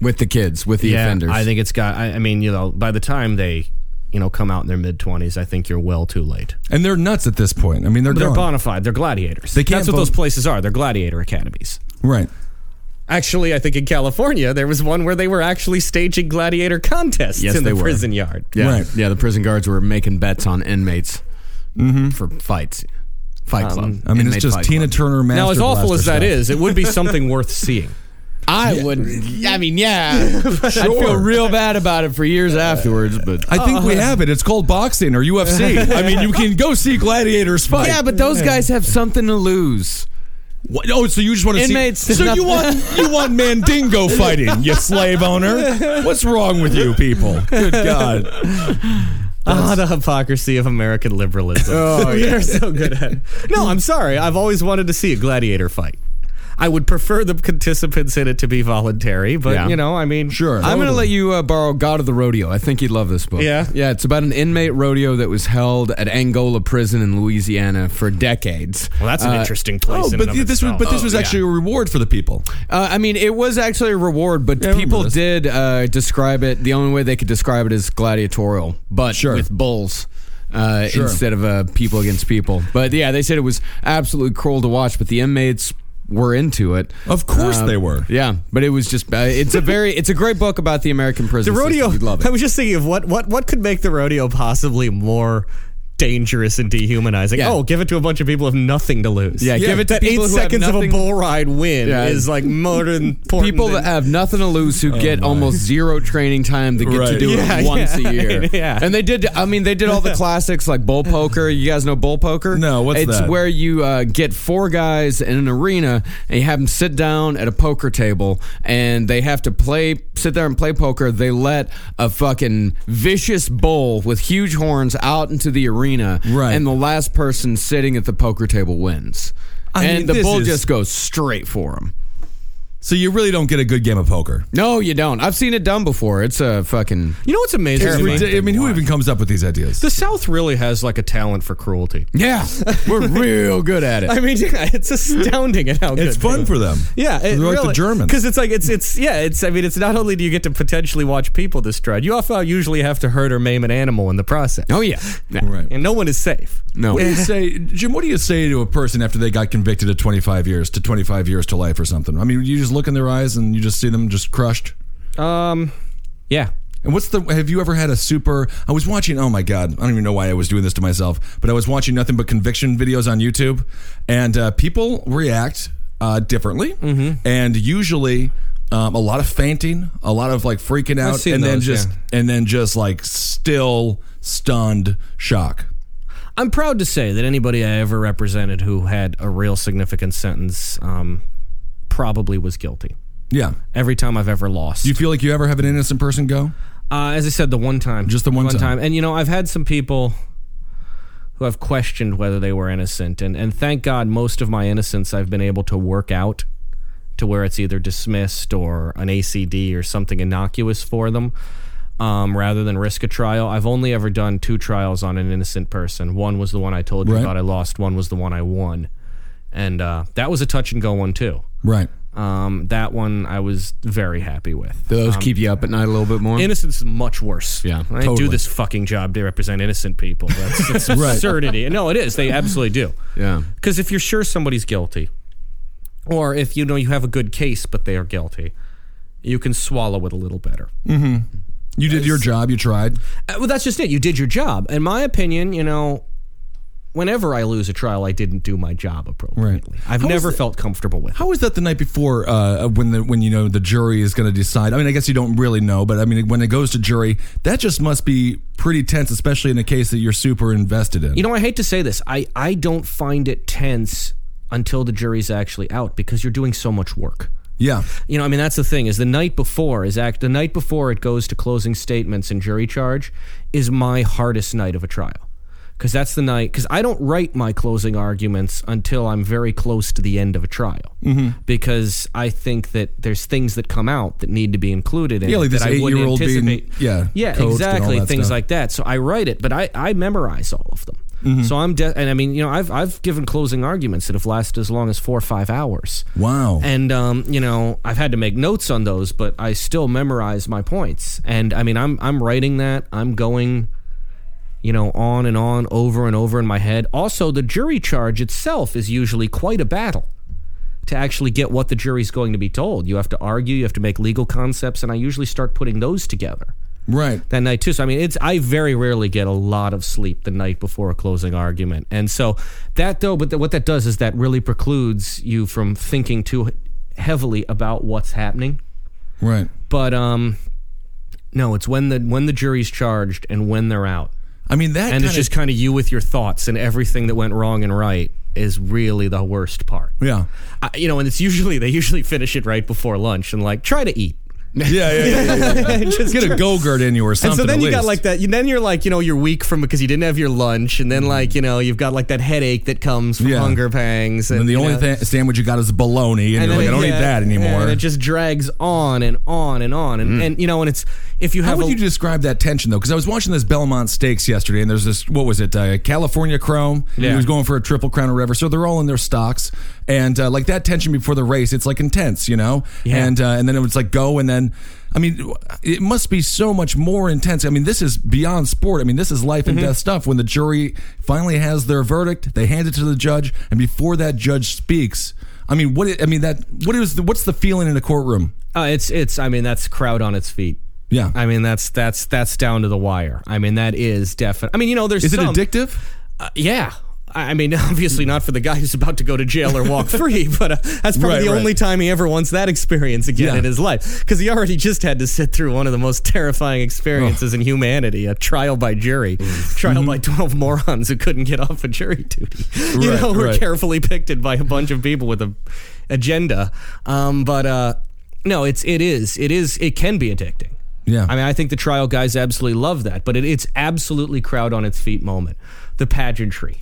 I: With the kids, with the
G: yeah,
I: offenders.
G: I think it's got. I, I mean, you know, by the time they you know come out in their mid twenties, I think you're well too late.
H: And they're nuts at this point. I mean, they're
G: They're
H: gone.
G: bona fide. They're gladiators.
H: They can't
G: That's what
H: vote.
G: those places are. They're gladiator academies.
H: right.
G: Actually, I think in California there was one where they were actually staging gladiator contests
I: Yes,
G: in
I: they
G: the
I: were.
G: prison yard.
I: Yeah,
H: Right.
I: yeah. The prison guards were making bets on inmates for fights. Fight Club.
H: I mean, it's
I: Inmate
H: just
I: Fight
H: Tina
I: Club.
H: Turner. Master
G: Now, as awful
H: Blaster
G: as that
H: stuff.
G: is, it would be something worth seeing.
I: I would. I mean, yeah. I'd feel
H: Sure.
I: real bad about it for years afterwards, but
H: I think we have it. It's called boxing or UFC. I mean, you can go see gladiators fight.
I: yeah, but those guys have something to lose.
H: What? Oh, so you just want to
I: Inmates-
H: see? So you want you want Mandingo fighting, you slave owner? What's wrong with you people? Good God!
G: Ah, the hypocrisy of American liberalism. Oh, we are so good at. it. No, I'm sorry. I've always wanted to see a gladiator fight. I would prefer the participants in it to be voluntary, but
I: Yeah.
G: you know, I mean,
H: Sure.
I: I'm going to let you uh, borrow God of the Rodeo. I think you'd love this book.
G: Yeah?
I: Yeah, it's about an inmate rodeo that was held at Angola Prison in Louisiana for decades.
G: Well, that's an
I: Uh,
G: interesting place.
H: Oh,
G: in
H: but
G: and of
H: this was
G: itself. Oh,
H: but this was
I: yeah.
H: actually a reward for the people.
I: Uh, I mean, it was actually a reward, but
H: Yeah, I remember
I: people
H: this.
I: did uh, describe it. The only way they could describe it is gladiatorial, but
H: Sure.
I: with bulls. Uh,
H: Sure.
I: Instead of uh, people against people, but yeah, they said it was absolutely cruel to watch. But the inmates were into it,
H: Of
G: Um,
H: course
I: Uh,
H: they were.
I: Yeah, but it was just uh, it's a very it's a great book about the American
G: the
I: prison.
G: rodeo.
I: system. You'd love it.
G: I was just thinking of what what what could make the rodeo possibly more dangerous and dehumanizing.
I: Yeah.
G: Oh, give it to a bunch of people who have nothing to lose.
I: Yeah, Yeah, give it to
G: that eight
I: people who have
G: seconds of a
I: nothing-
G: bull ride win
I: Yeah.
G: is like more than important
I: people
G: than-
I: that have nothing to lose who get almost zero training time to get to
H: Oh Right.
I: do
G: Yeah,
I: it once
G: yeah,
I: a year.
G: yeah.
I: And they did. I mean, they did all the classics like bull poker. You guys know bull poker?
H: No, what's
I: it's
H: that?
I: where you uh, get four guys in an arena and you have them sit down at a poker table and they have to play, sit there and play poker. They let a fucking vicious bull with huge horns out into the arena,
H: Right.
I: And the last person sitting at the poker table wins.
H: I
I: and
H: mean,
I: the
H: this
I: bull
H: is-
I: just goes straight for him.
H: So you really don't get a good game of poker.
I: No, you don't. I've seen it done before. It's a fucking
G: You know what's amazing?
H: It's
G: to me?
H: ridi- I mean, who even comes up with these ideas?
G: The South really has like a talent for cruelty.
I: yeah. We're real good at it.
G: I mean, yeah, it's astounding at how good
H: it's fun for them.
G: Yeah, it
H: they're
G: really,
H: like the Germans.
G: because it's like it's it's yeah it's I mean it's not only do you get to potentially watch people destroyed, you also usually have to hurt or maim an animal in the process,
I: oh yeah. No.
H: right.
G: and no one is safe.
I: No.
H: What do you say, Jim? What do you say to a person after they got convicted of 25 years to 25 years to life or something? I mean, you just look in their eyes and you just see them just crushed.
G: Um, yeah,
H: And what's the? Have you ever had a super? I was watching. Oh my god! I don't even know why I was doing this to myself, but I was watching nothing but conviction videos on YouTube, and uh, people react uh, differently,
G: Mm-hmm.
H: and usually. Um, a lot of fainting, a lot of like freaking out,
G: seen
H: and then
G: those,
H: just and then just like still stunned shock.
G: I'm proud to say that anybody I ever represented who had a real significant sentence, um, probably was guilty.
H: Yeah,
G: Every time I've ever lost,
H: do you feel like you ever have an innocent person go?
G: Uh, as I said, the one time,
H: Just the one time.
G: And you know, I've had some people who have questioned whether they were innocent, and and thank God, most of my innocence I've been able to work out to where it's either dismissed or an ACD or something innocuous for them. Um, rather than risk a trial, I've only ever done two trials on an innocent person. One was the one I told you
H: Right.
G: about I lost. One was the one I won, and uh, that was a touch and go one too.
H: Right.
G: Um, that one I was very happy with.
I: Do those keep you up at night a little bit
H: Um,
I: more?
G: Innocence is much worse.
I: Yeah,
G: I do
I: totally.
G: this fucking job to represent innocent people. That's, that's absurdity. No, it is. They absolutely do.
I: yeah.
G: Because if you're sure somebody's guilty, or if you know you have a good case but they are guilty, you can swallow it a little better.
H: You did your job. You tried.
G: Uh, Well, that's just it. You did your job. In my opinion, you know, whenever I lose a trial, I didn't do my job appropriately. I've
H: How is
G: never
H: it-
G: felt comfortable with. it.
H: How was that the night before uh, when the when you know the jury is going to decide? I mean, I guess you don't really know, but I mean, when it goes to jury, that just must be pretty tense, especially in a case that you're super invested in.
G: You know, I hate to say this. I, I don't find it tense until the jury's actually out because you're doing so much work.
H: yeah,
G: you know, I mean, that's the thing is the night before is act the night before it goes to closing statements and jury charge is my hardest night of a trial because that's the night because I don't write my closing arguments until I'm very close to the end of a trial
H: Mm-hmm.
G: because I think that there's things that come out that need to be included in
H: Yeah,
G: it
H: like this
G: that I wouldn't
H: eight-year-old being,
G: anticipate.
H: yeah, coached
G: yeah,
H: and all
G: exactly,
H: that
G: things
H: stuff.
G: like that. So I write it, but I I memorize all of them.
H: Mm-hmm.
G: So I'm de- and I mean, you know, I've I've given closing arguments that have lasted as long as four or five hours.
H: wow.
G: And um, you know, I've had to make notes on those, but I still memorize my points. And I mean, I'm I'm writing that. I'm going you know, on and on, over and over in my head. Also, the jury charge itself is usually quite a battle to actually get what the jury's going to be told. You have to argue, you have to make legal concepts, and I usually start putting those together
H: Right.
G: that night too. So I mean, it's I very rarely get a lot of sleep the night before a closing argument, and so that though, but th- what that does is that really precludes you from thinking too heavily about what's happening.
H: Right.
G: But um, no, it's when the when the jury's charged and when they're out,
H: I mean that
G: and it's
H: kinda-
G: just kind of you with your thoughts and everything that went wrong and right is really the worst part.
H: yeah.
G: I, you know, and it's usually they usually finish it right before lunch and like try to eat.
H: Yeah, yeah, yeah. yeah, yeah.
G: Just
H: Get a go-gurt in you or
G: And
H: something.
G: so then
H: at
G: you got
H: least.
G: like that. You, then you're like, you know, you're weak from because you didn't have your lunch, and then like, you know, you've got like that headache that comes from
H: Yeah.
G: hunger pangs, and,
H: And the
G: you
H: only
G: know,
H: th- sandwich you got is
G: and
H: bologna, and, you're
G: then
H: like,
G: it-
H: I don't
G: yeah,
H: eat that anymore. Mm.
G: And it just drags on and on and on, and, and you know, and it's if you
H: How
G: have
H: would
G: a,
H: you describe that tension though? Because I was watching this Belmont Stakes yesterday, and there's this what was it, uh, California Chrome?
G: Yeah.
H: He was going for a triple crown or whatever. So they're all in their stocks, and uh, like that tension before the race, it's like intense, you know.
G: Yeah.
H: And uh, and then it was like go, and then I mean, it must be so much more intense. I mean, this is beyond sport. I mean, this is life and
G: Mm-hmm.
H: death stuff. When the jury finally has their verdict, they hand it to the judge, and before that judge speaks, I mean, what I mean that what is the, what's the feeling in a courtroom?
G: Uh, it's it's. I mean, that's crowd on its feet.
H: Yeah.
G: I mean, that's that's that's down to the wire. I mean, that is definite. I mean, you know, there's
H: Is it
G: some-
H: addictive?
G: Uh, yeah. I I mean, obviously not for the guy who's about to go to jail or walk free, but uh, that's probably
H: Right,
G: the
H: right.
G: only time he ever wants that experience again
H: Yeah.
G: in his life. Because he already just had to sit through one of the most terrifying
H: Oh.
G: experiences in humanity a trial by jury,
H: Mm.
G: trial by 12 morons who couldn't get off of jury duty. You
H: Mm-hmm. Right,
G: know, were
H: right.
G: carefully picked by a bunch of people with an agenda. Um, but uh, no, it's, it is, it is, it can be addicting.
H: Yeah.
G: I mean, I think the trial guys absolutely love that, but it, it's absolutely crowd on its feet moment. The pageantry.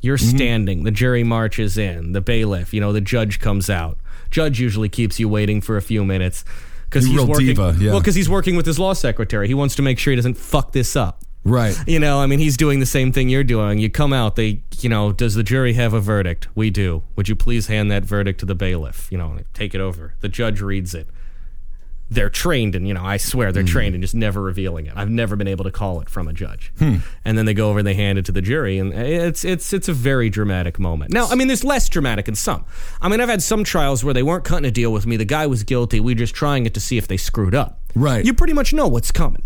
G: You're
H: Mm-hmm.
G: standing, the jury marches in, the bailiff, you know, the judge comes out. Judge usually keeps you waiting for a few minutes because
H: You
G: he's
H: real
G: working.
H: diva, yeah.
G: Well, because he's working with his law secretary. He wants to make sure he doesn't fuck this up.
H: Right.
G: You know, I mean, he's doing the same thing you're doing. You come out, they, you know, does the jury have a verdict? We do. Would you please hand that verdict to the bailiff? You know, take it over. The judge reads it. They're trained, and you know, I swear they're trained in just never revealing it. I've never been able to call it from a judge. And then they go over and they hand it to the jury, and it's it's it's a very dramatic moment. Now, I mean, there's less dramatic in some. I mean, I've had some trials where they weren't cutting a deal with me. The guy was guilty. We are just trying it to see if they screwed up.
H: Right.
G: You pretty much know what's coming.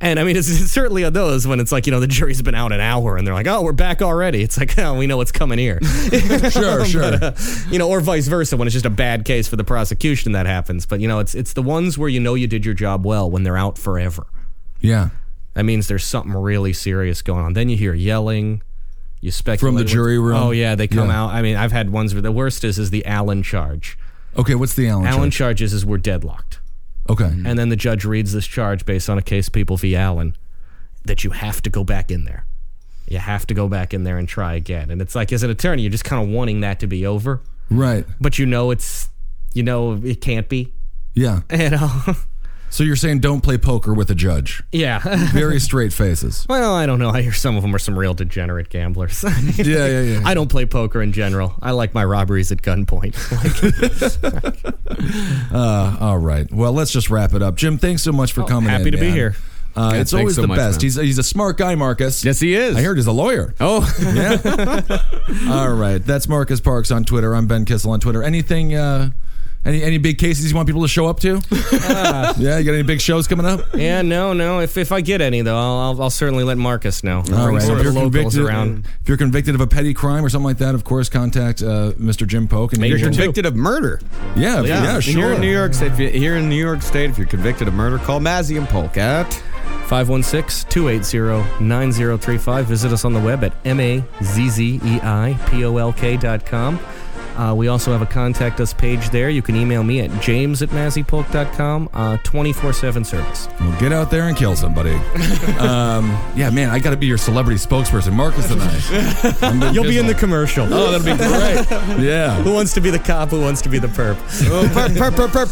G: And I mean, it's, it's certainly on those when it's like, you know, the jury's been out an hour and they're like, oh, we're back already. It's like, oh, we know what's coming here.
H: Sure, sure.
G: you know, or vice versa when it's just a bad case for the prosecution that happens. But, you know, it's, it's the ones where you know you did your job well when they're out forever.
H: yeah.
G: That means there's something really serious going on. Then you hear yelling. You speculate
H: From the
G: what's-
H: jury room?
G: Oh yeah, they come
H: Yeah.
G: out. I mean, I've had ones where the worst is is the Allen charge.
H: Okay, what's the Allen?
G: Allen
H: charge?
G: charges is we're deadlocked.
H: Okay.
G: And then the judge reads this charge based on a case people v. Allen that you have to go back in there. You have to go back in there and try again. And it's like, as an attorney, you're just kind of wanting that to be over,
H: Right.
G: but you know it's, you know, it can't be.
H: Yeah.
G: You know,
H: So you're saying don't play poker with a judge.
G: yeah.
H: Very straight faces.
G: well, I don't know. I hear some of them are some real degenerate gamblers.
H: Yeah, yeah, yeah.
G: I don't play poker in general. I like my robberies at gunpoint. Like,
H: Uh, all right. Well, let's just wrap it up. Jim, thanks so much for coming.
G: Oh, happy
H: in,
G: to be
H: man.
G: here.
H: Uh,
I: Yeah,
H: it's
I: thanks
H: always
I: so
H: the
I: much,
H: best.
I: man.
H: He's, he's a smart guy, Marcus.
I: Yes, he is.
H: I heard he's a lawyer.
I: Oh,
H: All right. That's Marcus Parks on Twitter. I'm Ben Kissel on Twitter. Anything, uh, any any big cases you want people to show up to? yeah, you got any big shows coming up?
G: yeah, no, no. If, if I get any, though, I'll, I'll, I'll certainly let Marcus know. I'll
H: All
G: bring
H: right.
G: some of
H: If
G: the
H: you're,
G: locals
H: convicted,
G: around.
H: if you're convicted of a petty crime or something like that, of course, contact uh, Mr. Jim Polk. And
I: you're
H: we'll-
I: convicted of murder.
H: Yeah, yeah,
I: If
H: sure.
I: You're in New York State. If you're here in New York State, if you're convicted of murder, call Mazzy and Polk at
G: 516-280-9035. Visit us on the web at E M-A-Z-Z-E-I-P-O-L-K dot com. Uh, we also have a contact us page there. You can email me at james at mazzypolk.com, uh, 24-7 service.
H: Well, get out there and kill somebody. um, yeah, man, I got to be your celebrity spokesperson, Marcus and I. I'm Ben Kissel.
G: commercial.
H: Oh, that'll be great. yeah.
G: wants to be the cop? Who wants to be the perp?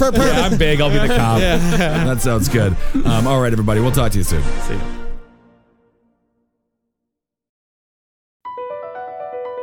H: Yeah, I'm big. I'll be the cop. That sounds good. Um, all right, everybody. We'll talk to you soon.